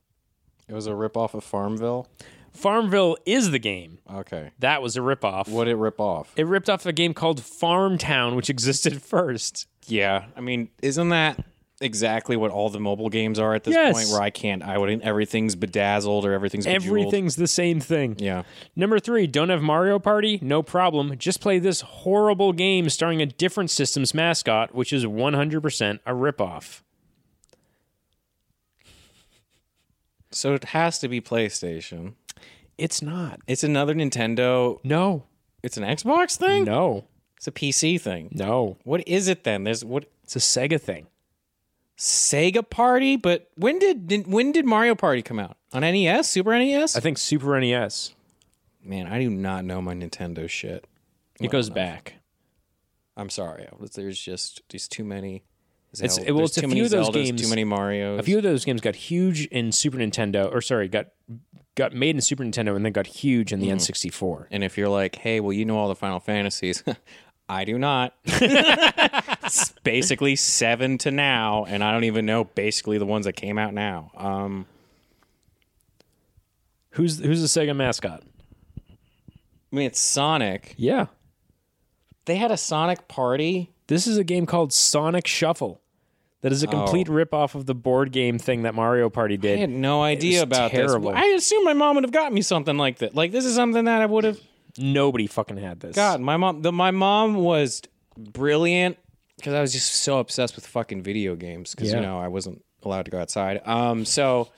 it was a rip off of Farmville. Farmville is the game. Okay, That was a ripoff. what did it rip off? It ripped off a game called Farmtown, which existed first. yeah, I mean, isn't that exactly what all the mobile games are at this Yes. point, where I can't. I wouldn't. Everything's bedazzled or everything's Bejeweled. Everything's the same thing. Yeah. Number three, don't have Mario Party? No problem. Just play this horrible game starring a different system's mascot, which is 100% a ripoff. So it has to be PlayStation. It's not. It's another Nintendo. No. It's an Xbox thing. No. It's a PC thing. No. What is it then? There's what It's a Sega thing. Sega Party. But when did, did when did Mario Party come out on NES, Super NES? I think Super E NES. Man, I do not know my Nintendo shit. It goes back. I'm sorry. There's just there's too many. It's- Zel- well, there's it's a too many few of those Zeldas, games- Too many Mario's. A few of those games got huge in Super Nintendo, or sorry, got got made in Super Nintendo and then got huge in the N64. And if you're like, hey, well, you know all the Final Fantasies, I do not. it's basically seven to now, and I don't even know basically the ones that came out now. Um, Who's who's the Sega mascot? I mean, it's Sonic. Yeah. They had a Sonic party. This is a game called Sonic Shuffle. That is a complete Oh. ripoff of the board game thing that Mario Party I did. had no idea about terrible. this. I assume my mom would have gotten me something like that. Like this is something that I would have Nobody fucking had this. God, my mom. The, my mom was brilliant because I was just so obsessed with fucking video games because Yeah. you know I wasn't allowed to go outside. Um, so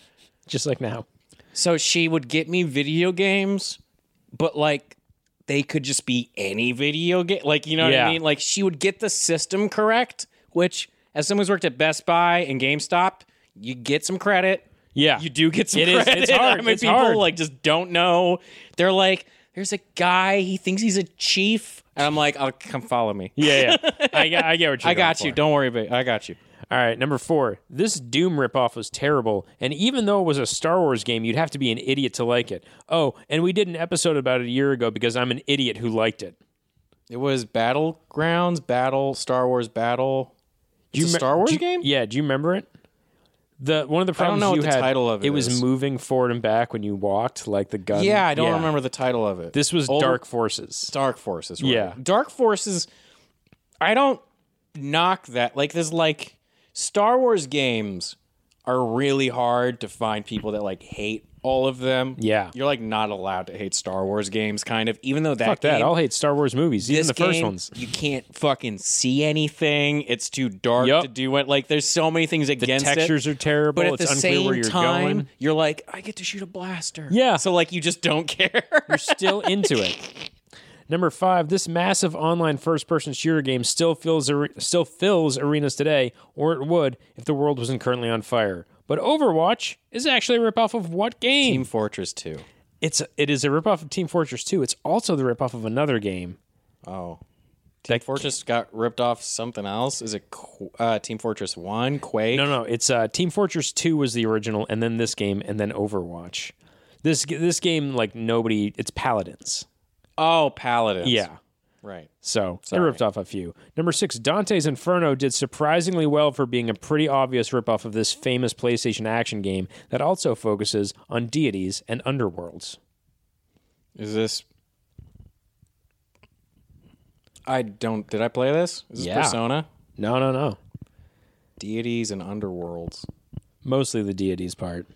Just like now. so she would get me video games, but like they could just be any video game. Like you know what Yeah. I mean? Like she would get the system correct, which as someone who's worked at Best Buy and GameStop, you get some credit Yeah. you do get some It is- it's credit. hard, I mean, it's people hard. like just don't know. They're like, there's a guy. He thinks he's a chief, and I'm like, oh, come follow me. yeah, yeah. I, got- I get what you're I got going you. for. Don't worry about it. I got you. All right, number four. This Doom ripoff was terrible, and even though it was a Star Wars game, you'd have to be an idiot to like it. Oh, and we did an episode about it a year ago because I'm an idiot who liked it. It was battlegrounds, battle, Star Wars battle. Do you It's a me- Star Wars do you- game? Yeah, do you remember it? The one of the don't problems know you what the had, title of it was is. moving forward and back when you walked, like the gun. Yeah, I don't remember the title of it. This was Older- Dark Forces. Dark Forces. Right? Yeah. Dark Forces. I don't knock that. Like, there's like Star Wars games are really hard to find people that like hate all of them. Yeah. you're like not allowed to hate Star Wars games. Kind of, even though that Fuck that! game- I'll hate Star Wars movies, even this the first game, ones. you can't fucking see anything. It's too dark Yup. to do it. Like, there's so many things against it. Textures are terrible. But at it's the unclear same where you're time, going. you're like, I get to shoot a blaster. Yeah. So like, you just don't care. still into it. Number five, this massive online first-person shooter game still fills are- still fills arenas today, or it would if the world wasn't currently on fire. But Overwatch is actually a ripoff of what game? Team Fortress 2. It's it is a ripoff of Team Fortress 2. It's also the ripoff of another game. Oh. Team Fortress got ripped off something else. Is it Qu- uh, Team Fortress 1, Quake? No, no, it's uh, Team Fortress 2 was the original, and then this game, and then Overwatch. This g- this game like nobody. It's Paladins. Oh, Paladins. Yeah. Right. So I ripped off a few. Number six, Dante's Inferno did surprisingly well for being a pretty obvious ripoff of this famous PlayStation action game that also focuses on deities and underworlds. Is this. I don't. Did I play this? Is this Yeah. Persona? No, no, no. Deities and Underworlds. Mostly the deities part.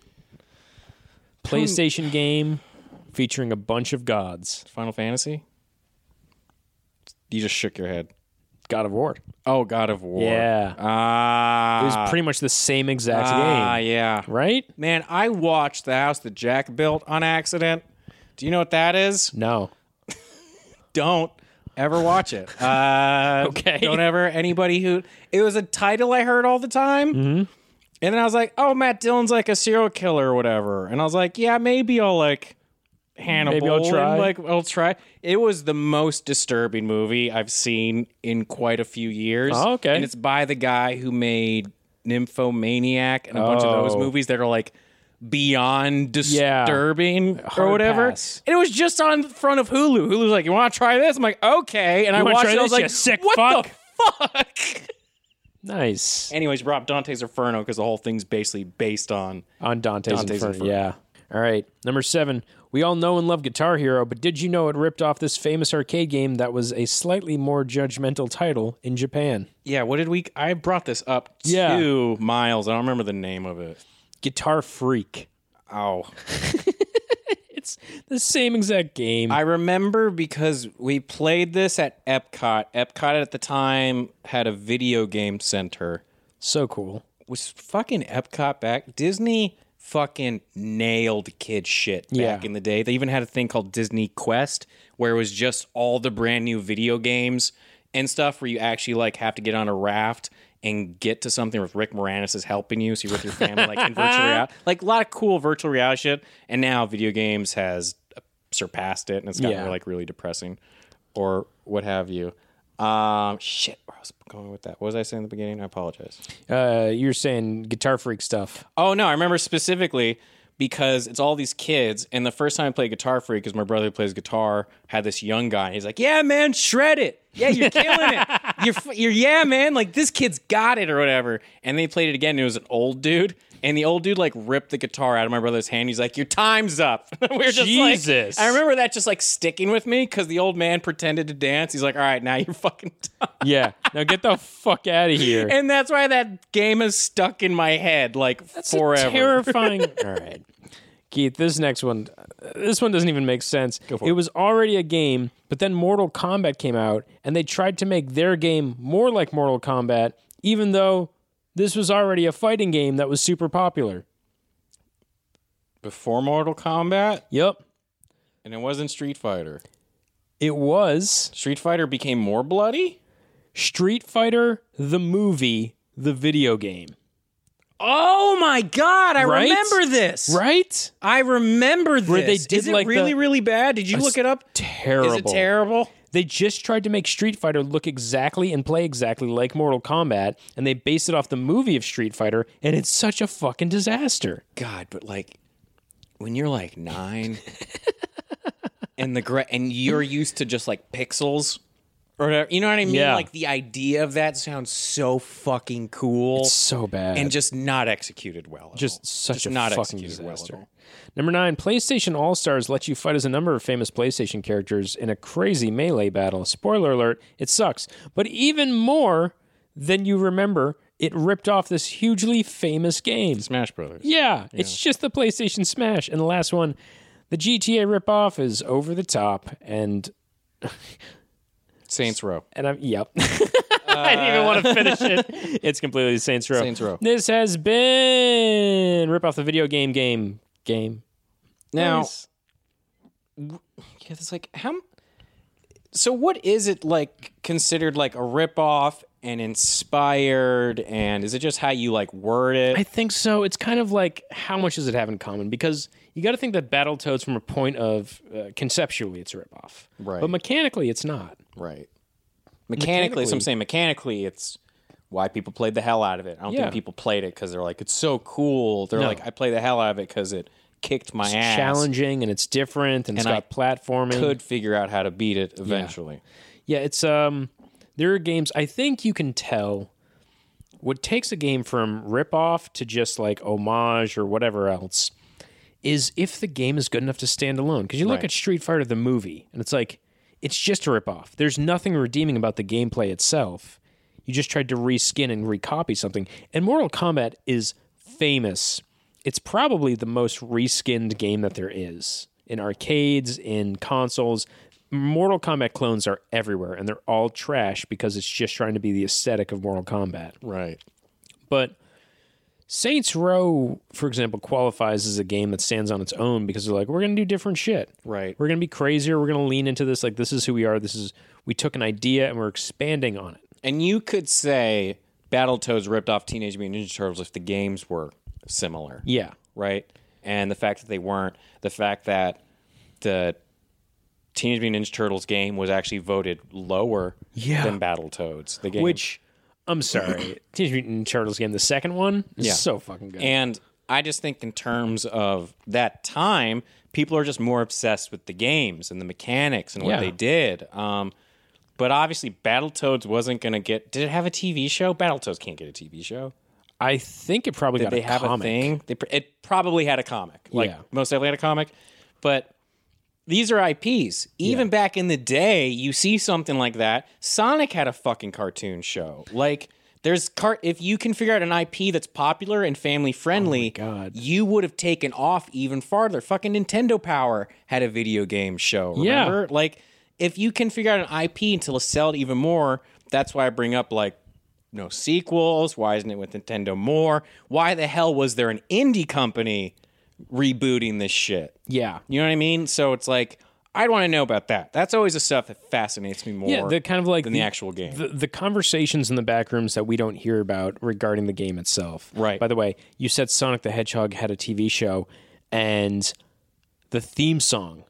PlayStation game featuring a bunch of gods. Final Fantasy? You just shook your head. God of War. Uh, Oh, God of War. Yeah. Ah. It was pretty much the same exact ah, game. yeah. Right? Man, I watched the house that Jack built on accident. Do you know what that is? No. don't ever watch it. Uh, Okay. Don't ever anybody who it was a title I heard all the time. Mm-hmm. And then I was like, oh, Matt Dillon's like a serial killer or whatever. And I was like, yeah, maybe I'll like Hannibal. Maybe I'll and, try. like I'll try. It was the most disturbing movie I've seen in quite a few years. Oh, okay. And it's by the guy who made Nymphomaniac and a bunch of those Oh. movies that are like beyond Yeah. disturbing or Hard whatever. pass. And it was just on the front of Hulu. Hulu's like, "You want to try this?" I'm like, "Okay." And I wanna watched try it. I was this, you like, sick "What fuck?" the fuck?" Nice. Anyways, Rob Dante's Inferno because the whole thing's basically based on On Dante's, Dante's Inferno. Inferno. Yeah. All right, number seven. We all know and love Guitar Hero, but did you know it ripped off this famous arcade game that was a slightly more judgmental title in Japan? Yeah, what did we? I brought this up to Yeah. Miles. I don't remember the name of it. Guitar Freak. Oh, It's the same exact game. I remember because we played this at Epcot. Epcot at the time had a video game center. so cool. Was fucking Epcot back? Disney fucking nailed kid shit back Yeah. in the day. They even had a thing called Disney Quest where it was just all the brand new video games and stuff where you actually like have to get on a raft and get to something with Rick Moranis is helping you. So you're with your family, like in virtual reality, like a lot of cool virtual reality shit. And now video games has uh, surpassed it and it's gotten Yeah. like really depressing or what have you. Um, shit, where was I going with that? What was I saying in the beginning? I apologize. Uh, you're saying Guitar Freak stuff. Oh no, I remember specifically because it's all these kids, and the first time I played Guitar Freak, because my brother who plays guitar had this young guy, and he's like, "Yeah, man, shred it. Yeah, you're killing it. You're, f- you're, yeah, man. Like this kid's got it or whatever." And they played it again. And it was an old dude, and the old dude like ripped the guitar out of my brother's hand. He's like, "Your time's up." we were just like- Jesus. I remember that just like sticking with me because the old man pretended to dance. He's like, "All right, now you're fucking done." Yeah. now get the fuck out of here. And that's why that game is stuck in my head like That's a forever. terrifying. All right, Keith. This next one, uh, this one doesn't even make sense. for it it. was already a game, but then Mortal Kombat came out, and they tried to make their game more like Mortal Kombat, even though this was already a fighting game that was super popular. before Mortal Kombat, Yep, and it wasn't Street Fighter. it was Street Fighter became more bloody. Street Fighter the movie, the video game. Oh my god, I Right? remember this. Right? I remember this. Where they did Is it like the- really, really bad? Did you look it up? Terrible. Is it terrible? They just tried to make Street Fighter look exactly and play exactly like Mortal Kombat, and they based it off the movie of Street Fighter, and it's such a fucking disaster. God, but like when you're like nine and the gra- and you're used to just like pixels or whatever, you know what I mean? Yeah. Like the idea of that sounds so fucking cool So bad. and just not executed well. at all. just such Just a not fucking executed well at disaster. all. Number nine, PlayStation All Stars lets you fight as a number of famous PlayStation characters in a crazy melee battle. Spoiler alert, it sucks. But even more than you remember, it ripped off this hugely famous game. Smash Brothers. Yeah, it's just the PlayStation Smash. And the last one, the GTA ripoff is over the top, and Saints Row. and I'm yep. I didn't even want to finish it. Uh, It's completely Saints Row. Saints Row. This has been rip off the video game game game. Now, Nice. Yeah, it's like how. m- So what is it like considered like a ripoff and inspired, and is it just how you like word it? I think so. It's kind of like how much does it have in common? Because you got to think that Battletoads, from a point of uh, conceptually, it's a ripoff, Right. But mechanically, it's not. right. Mechanically, so I'm saying mechanically, it's why people played the hell out of it. I don't Yeah. think people played it because they're like it's so cool. They're like I play the hell out of it because it kicked my ass. Challenging and it's different and, And I it's got platforming. Could figure out how to beat it eventually. Yeah, it's um there are games I think you can tell what takes a game from ripoff to just like homage or whatever else is if the game is good enough to stand alone. Because you look Right. at Street Fighter the movie and it's like it's just a ripoff. There's nothing redeeming about the gameplay itself. You just tried to reskin and recopy something. And Mortal Kombat is famous. It's probably the most reskinned game that there is in arcades, in consoles. Mortal Kombat clones are everywhere and they're all trash because it's just trying to be the aesthetic of Mortal Kombat. Right. But Saints Row, for example, qualifies as a game that stands on its own because they're like, we're going to do different shit. Right. We're going to be crazier. We're going to lean into this. Like, this is who we are. This is, we took an idea and we're expanding on it. And you could say Battletoads ripped off Teenage Mutant Ninja Turtles if the games were similar. Yeah. right? And the fact that they weren't, the fact that the Teenage Mutant Ninja Turtles game was actually voted lower Yeah. than Battletoads, the game. Which, I'm sorry, Teenage Mutant Ninja Turtles game, the second one, is Yeah. so fucking good. and I just think in terms of that time, people are just more obsessed with the games and the mechanics and what Yeah. they did. Um, but obviously, Battletoads wasn't going to get. Did it have a TV show? Battletoads can't get a TV show. I think it probably got they a have a comic. thing. They pr- it probably had a comic, like Yeah. most definitely had a comic. But these are IPs. Even back in the day, you see something like that. Sonic had a fucking cartoon show. Like there's cart. If you can figure out an IP that's popular and family friendly, Oh God. you would have taken off even farther. Fucking Nintendo Power had a video game show. Yeah. Remember? Like if you can figure out an IP to sell it even more, that's why I bring up like no sequels. Why isn't it with Nintendo more? Why the hell was there an indie company rebooting this shit? Yeah. You know what I mean? So it's like I'd want to know about that. That's always the stuff that fascinates me more Yeah, the kind of like than the, actual game. the, the conversations in the back rooms that we don't hear about regarding the game itself. Right. By the way, you said Sonic the Hedgehog had a TV show, and the theme song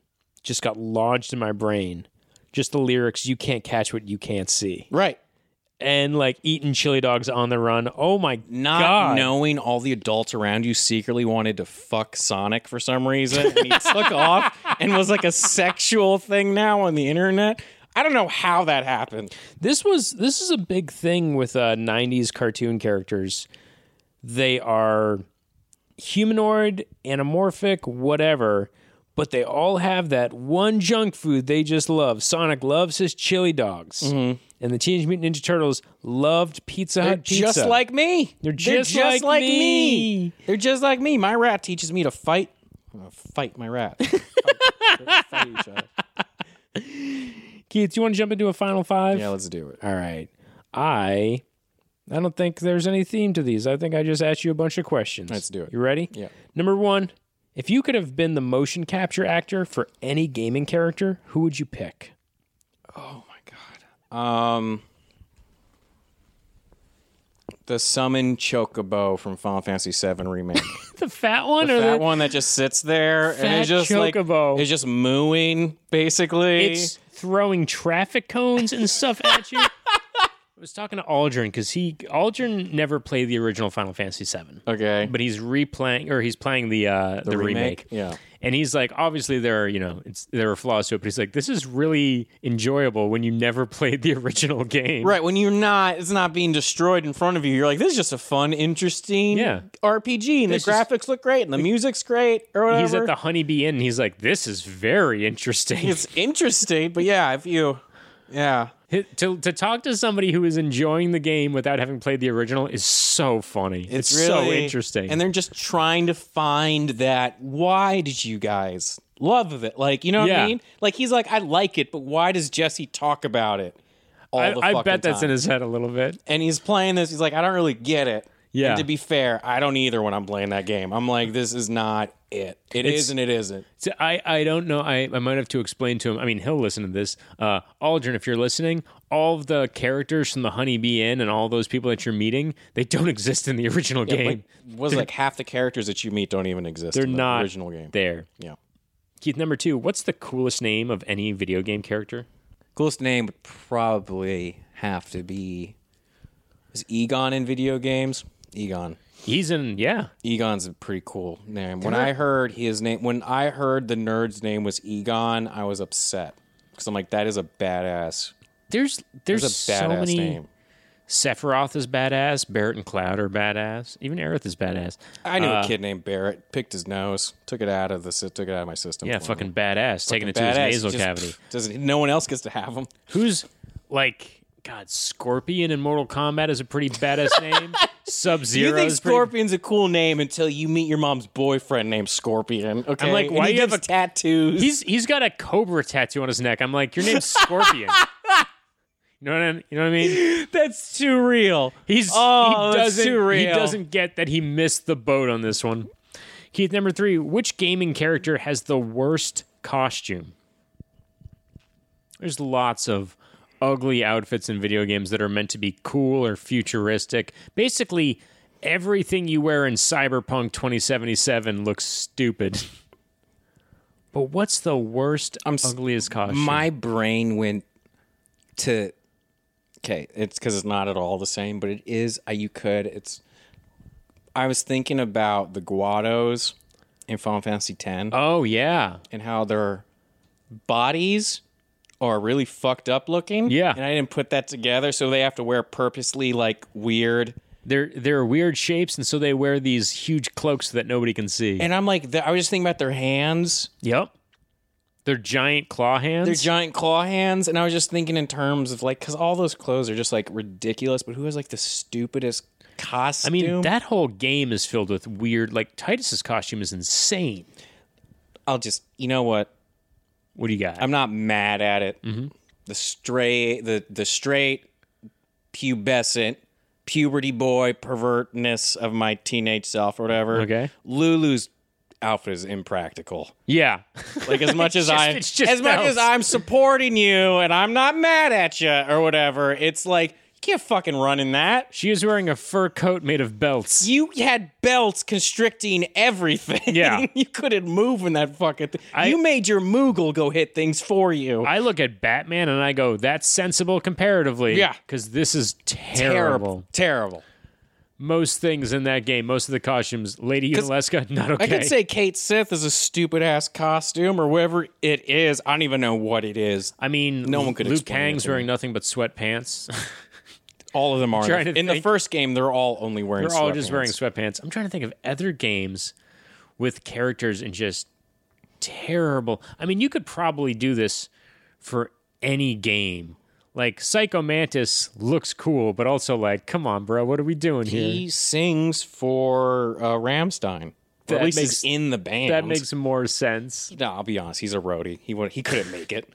just got lodged in my brain. Just the lyrics, you can't catch what you can't see. right. And like eating chili dogs on the run. Oh my Not God. knowing all the adults around you secretly wanted to fuck Sonic for some reason, and he took off and was like a sexual thing now on the internet. I don't know how that happened. This was this is a big thing with uh, '90s cartoon characters. They are humanoid, anamorphic, whatever, but they all have that one junk food they just love. Sonic loves his chili dogs, Mm-hmm. and the Teenage Mutant Ninja Turtles loved Pizza Hut pizza. just like me. They're just like me. They're just like me. My rat teaches me to fight. I'm gonna fight my rat. Fight- fight each other. Keith, do you want to jump into a final five? Yeah, let's do it. All right. I I don't think there's any theme to these. I think I just asked you a bunch of questions. Let's do it. You ready? Yeah. Number one, if you could have been the motion capture actor for any gaming character, who would you pick? Um, the summon chocobo from Final Fantasy VII remake. The fat one or that one that just sits there and Fat it's just chocobo. like it's just mooing basically. it's throwing traffic cones and stuff at you. I was talking to Aldrin because he Aldrin never played the original Final Fantasy VII. okay, But he's replaying or he's playing the uh the, remake. Yeah, And he's like, obviously there are, you know, it's there are flaws to it, but he's like, this is really enjoyable when you never played the original game. right. When you're not, it's not being destroyed in front of you. You're like, this is just a fun, interesting Yeah. RPG, and This the is- graphics look great, and the music's great, or whatever. He's at the Honeybee Inn. And he's like, this is very interesting. it's interesting, but yeah, if you, yeah, to to talk to somebody who is enjoying the game without having played the original is so funny. It's, so really- interesting. And they're just trying to find that. Why did you guys love it? Like, you know what Yeah. I mean? Like, he's like, I like it, but why does Jesse talk about it all the I, I fucking bet that's in time? his head a little bit. and he's playing this. He's like, I don't really get it. Yeah. And to be fair, I don't either when I'm playing that game. I'm like, this is not it. It is and it isn't. So I, I don't know. I, I might have to explain to him. I mean, he'll listen to this. Uh, Aldrin, if you're listening, all of the characters from the Honeybee Inn and all those people that you're meeting, they don't exist in the original game. Like, was like half the characters that you meet don't even exist. They're in the not original game. there. yeah. Keith, number two, what's the coolest name of any video game character? Coolest name would probably have to be is Egon in video games. Egon. He's in, yeah. Egon's a pretty cool name. When I heard his name, when I heard the nerd's name was Egon, I was upset because I'm like, that is a badass. There's there's, It's a so badass many. name. Sephiroth is badass. Barrett and Cloud are badass. Even Aerith is badass. I knew a kid named Barrett. Picked his nose, took it out of the, sy- took it out of my system. Yeah, for me. fucking badass. Taking it to Badass, his nasal just- cavity. Doesn't no one else gets to have him? Who's like God? Scorpion in Mortal Kombat is a pretty badass name. Sub You Zero. think is pretty- Scorpion's a cool name until you meet your mom's boyfriend named Scorpion. Okay, like, And why he you have gets a- tattoos? He's he's got a cobra tattoo on his neck. I'm like, your name's Scorpion. You know, what I, you know what I mean? that's too real. He's Oh, he that's doesn't too he real. doesn't get that he missed the boat on this one. Keith number three. Which gaming character has the worst costume? There's lots of ugly outfits in video games that are meant to be cool or futuristic. Basically, everything you wear in Cyberpunk 2077 looks stupid. But what's the worst, ugliest costume? My brain went to okay. It's because it's not at all the same, but it is. uh, You could. It's. I was thinking about the Guados in Final Fantasy X oh yeah, and how their bodies are really fucked up looking. Yeah. and I didn't put that together, so they have to wear purposely like weird They're they're weird shapes, and so they wear these huge cloaks that nobody can see. And I'm like, I was just thinking about their hands, yep, they're giant claw hands. their giant claw hands, and I was just thinking in terms of like, because all those clothes are just like ridiculous. But who has like the stupidest I costume? mean, that whole game is filled with weird. Like Titus's costume is insane. I'll just, you know what? What do you got? I'm not mad at it. Mm-hmm. The straight, the the straight, pubescent, puberty boy pervertness of my teenage self or whatever. Okay. Lulu's outfit is impractical. yeah, Like as much as just- I, it's just as much bounce. as I'm supporting you and I'm not mad at you or whatever. It's like you can't fucking run in that. she is wearing a fur coat made of belts. You had belts constricting everything. Yeah. you couldn't move in that fucking thing. I- you made your Moogle go hit things for you. I look at Batman and I go, that's sensible comparatively. Yeah. Because this is terrible. terrible. Terrible. Most things in that game, most of the costumes, Lady Unalaska, not okay. I could say Kate Sith is a stupid ass costume or whatever it is. I don't even know what it is. I mean, No one could Luke explain it Kang's to me. wearing nothing but sweatpants. All of them are. In, Trying to the- in the think. first game, they're all only wearing. They're all just sweatpants. wearing sweatpants. I'm trying to think of other games with characters in just terrible. I mean, you could probably do this for any game. Like Psycho Mantis looks cool, but also like, come on, bro, what are we doing here? He sings for uh, Ramstein. Or That at least makes- he's in the band. That makes more sense. No, I'll be honest. He's a roadie. He would, he couldn't make it.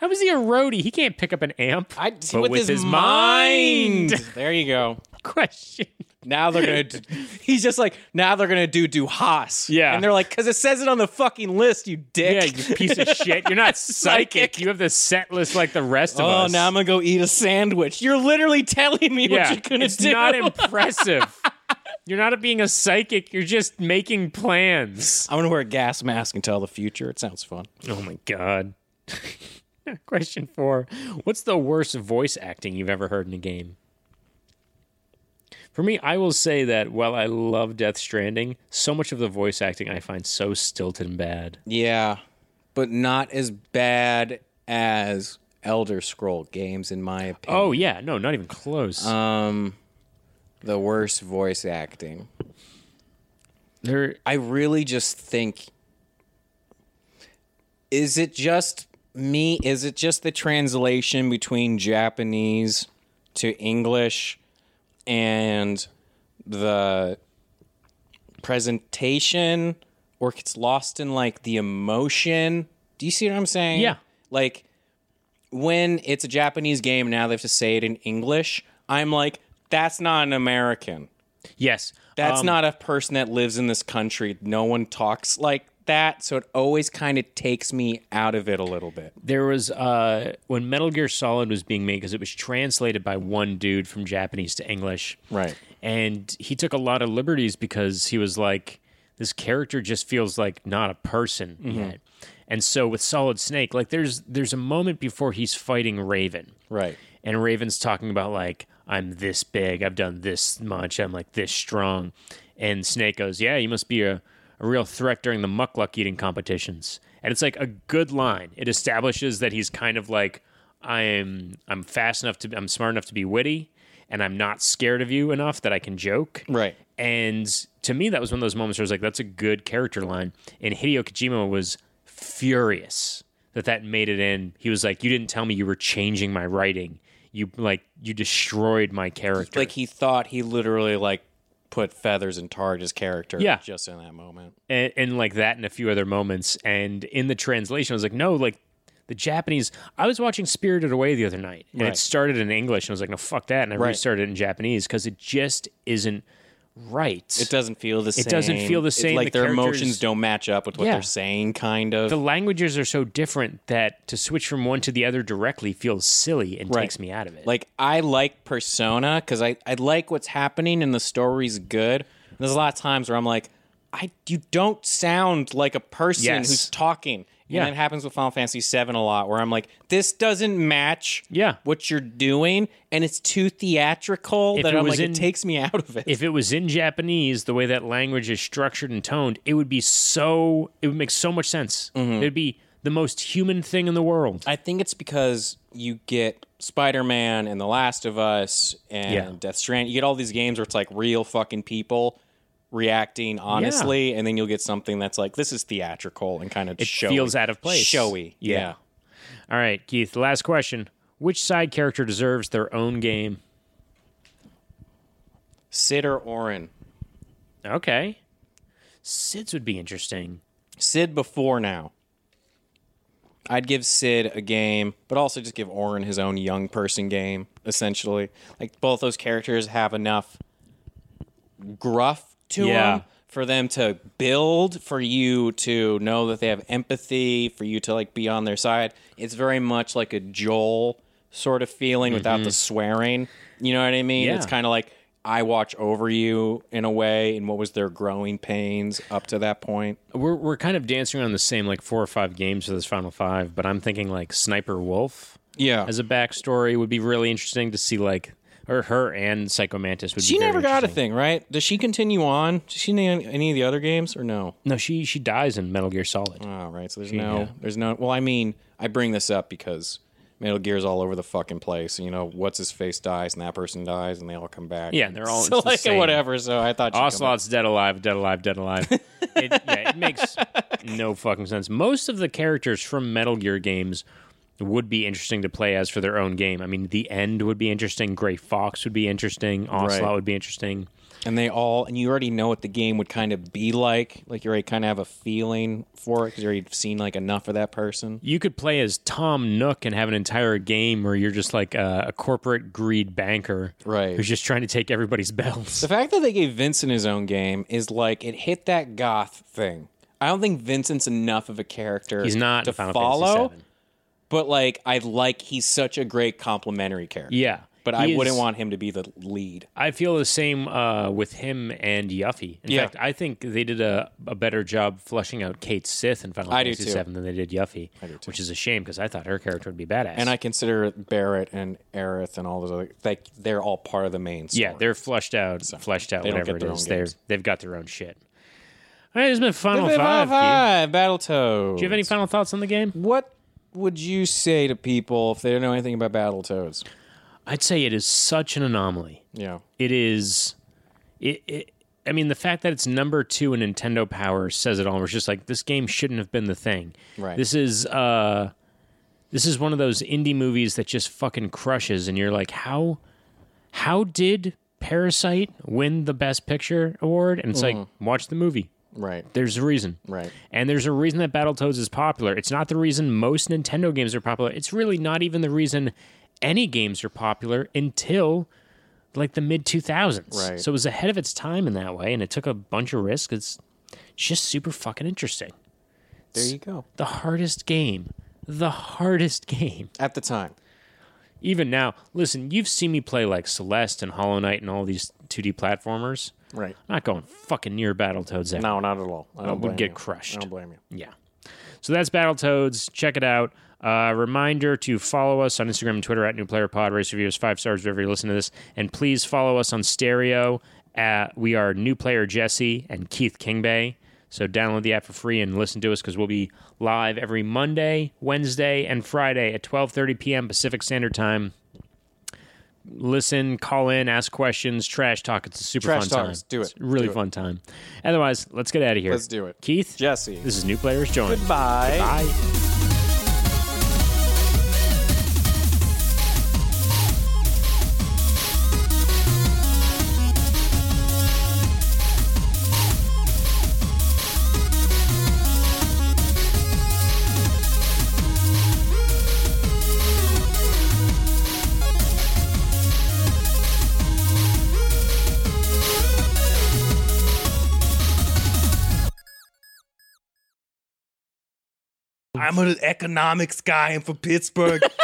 How is he a roadie? He can't pick up an amp. I, but with, his, mind. There you go. Question. Now they're gonna. Do, he's just like now they're gonna do Du Haas. Yeah. and they're like because it says it on the fucking list. You Yeah, dick. you piece of shit. You're not psychic. You have the set list like the rest of Oh, us. now I'm gonna go eat a sandwich. You're literally telling me what yeah, you're gonna it's do. not impressive. you're not being a psychic. You're just making plans. I'm gonna wear a gas mask and tell the future. It sounds fun. Oh my god. Question four: What's the worst voice acting you've ever heard in a game? For me, I will say that while I love Death Stranding, so much of the voice acting I find so stilted and bad. Yeah, but not as bad as Elder Scroll games, in my opinion. Oh yeah, no, not even close. The worst voice acting. there, I really just think is it just me? Is it just the translation between Japanese to English and the presentation or it gets lost in like the emotion? Do you see what I'm saying? Yeah. Like when it's a Japanese game now they have to say it in English, I'm like that's not an American. yes, That's Um, not a person that lives in this country. No one talks like that. So it always kind of takes me out of it a little bit. There was uh, when Metal Gear Solid was being made because it was translated by one dude from Japanese to English, Right. And he took a lot of liberties because he was like, this character just feels like not a person yet. And so with Solid Snake, like there's there's a moment before he's fighting Raven, Right. and Raven's talking about like I'm this big, I've done this much, I'm like this strong, and Snake goes, "Yeah, you must be a, a real threat during the muckluck eating competitions." And it's like a good line. It establishes that he's kind of like I'm I'm fast enough to I'm smart enough to be witty, and I'm not scared of you enough that I can joke. Right. And to me, that was one of those moments where I was like, "That's a good character line." And Hideo Kojima was furious that that made it in. He was like, "You didn't tell me you were changing my writing. You like you destroyed my character." Like he thought he literally like put feathers and tarred his character Yeah. just in that moment. and, and like that and a few other moments. And in the translation, I was like, no, like the Japanese. I was watching Spirited Away the other night, and it Right. started in English, and I was like, no, fuck that, and I restarted it in Japanese because it just isn't right. It doesn't feel the same. doesn't feel the same. like The their characters- emotions don't match up with what Yeah. they're saying, kind of. the languages are so different that to switch from one to the other directly feels silly and Right. takes me out of it. Like I like Persona because I, I like what's happening and the story's good. And there's a lot of times where I'm like, I you don't sound like a person Yes. who's talking. Yeah. And it happens with Final Fantasy VII a lot where I'm like, this doesn't match Yeah. what you're doing, and it's too theatrical that it I'm was like, in- it takes me out of it. if it was in Japanese, the way that language is structured and toned, it would be so. It would make so Mm-hmm. much sense. It'd be the most human thing in the world. I think it's because you get Spider Man and The Last of Us and Yeah. Death Strand. You get all these games where it's like real fucking people reacting honestly, and then you'll get something that's like this is theatrical and kind of It feels out of place. showy. Yeah. All right, Keith. Last question: Which side character deserves their own game? Sid or Orin. Okay, Sid's would be interesting. Sid before now. I'd give Sid a game, but also just give Orin his own young person game, essentially. Like both those characters have enough gruff to Yeah. them for them to build, for you to know that they have empathy, for you to like be on their side. It's very much like a Joel sort of feeling without the swearing. You know what I mean? Mm-hmm. Yeah. It's kind of like I watch over you in a way, and what was their growing pains up to that point. We're we're kind of dancing around the same like four or five games for this final five, but I'm thinking like Sniper Wolf Yeah. as a backstory would be really interesting to see like or her and Psychomantis would. She be very never got a interesting. thing, right? Does she continue on? Does she name any of the other games or no? No, she she dies in Metal Gear Solid. Oh, right. So there's no, there's no. Well, I mean, I bring this up because Metal Gear's all over the fucking place. You know, what's his face dies and that person dies and they all come back. Yeah, they're all- so it's the like same. whatever. So I thought she'd come Ocelot's dead alive, dead alive, dead alive. it, yeah, it makes no fucking sense. Most of the characters from Metal Gear games would be interesting to play as for their own game. I mean, the end would be interesting. Gray Fox would be interesting. Ocelot Right. would be interesting. back. and they all, and you already know what the game would kind of be like. Like you already kind of have a feeling for it because you already seen like enough of that person. You could play as Tom Nook and have an entire game where you're just like a, a corporate greed banker, Right. Who's just trying to take everybody's belts. The fact that they gave Vincent his own game is like it hit that goth thing. I don't think Vincent's enough of a character. He's not to in Final follow, Fantasy VII. but like I like he's such a great complimentary character. Yeah, but he I is- wouldn't want him to be the lead. I feel the same uh, with him and Yuffie. In Yeah. fact, I think they did a, a better job fleshing out Kate Sith in Final I do Fantasy too. VII than they did Yuffie, which is a shame because I thought her character would be badass. And I consider Barrett and Aerith and all those other like they're all part of the main. Story. yeah, they're fleshed out, fleshed out. they don't whatever get it their is, own they're games. they've got their own shit. All right, it's been Final Final Five. Keith. Five, Battletoads. Do you have any final thoughts on the game? What would you say to people if they don't know anything about Battletoads? I'd say it is such an anomaly. Yeah, it is it, it i mean the fact that it's number two in nintendo power says it all it's just like this game shouldn't have been the thing Right. this is uh this is one of those indie movies that just fucking crushes and you're like how how did parasite win the best picture award and it's like watch the movie Mm-hmm. right, there's a reason right. and there's a reason that Battletoads is popular. It's not the reason most Nintendo games are popular. It's really not even the reason any games are popular until like the mid 2000s. Right. So it was ahead of its time in that way and it took a bunch of risks. It's just super fucking interesting. There you go. The hardest game. The hardest game. At the time, Even now, listen, you've seen me play like Celeste and Hollow Knight and all these 2D platformers. right. I'm not going fucking near Battletoads ever. No, not at all. I don't would blame get you. crushed. I don't blame you. Yeah. So that's Battletoads. Check it out. Uh, reminder to follow us on Instagram and Twitter at New Player Pod. Race reviews five stars wherever you listen to this, and please follow us on Stereo. At, we are New Player Jesse and Keith Kingbay. So download the app for free and listen to us because we'll be live every Monday, Wednesday, and Friday at 12:30 p.m. Pacific Standard Time. Listen, call in, ask questions, trash talk. It's a super Trash fun talks. time. Do it. It's a really Do it. fun time. Otherwise, let's get out of here. Let's do it. Keith, Jesse. this is New Players Join. Goodbye. Bye. I'm an economics guy. I'm from Pittsburgh.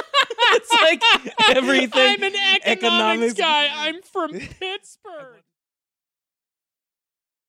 It's like everything. I'm an economics, economics- guy. I'm from Pittsburgh.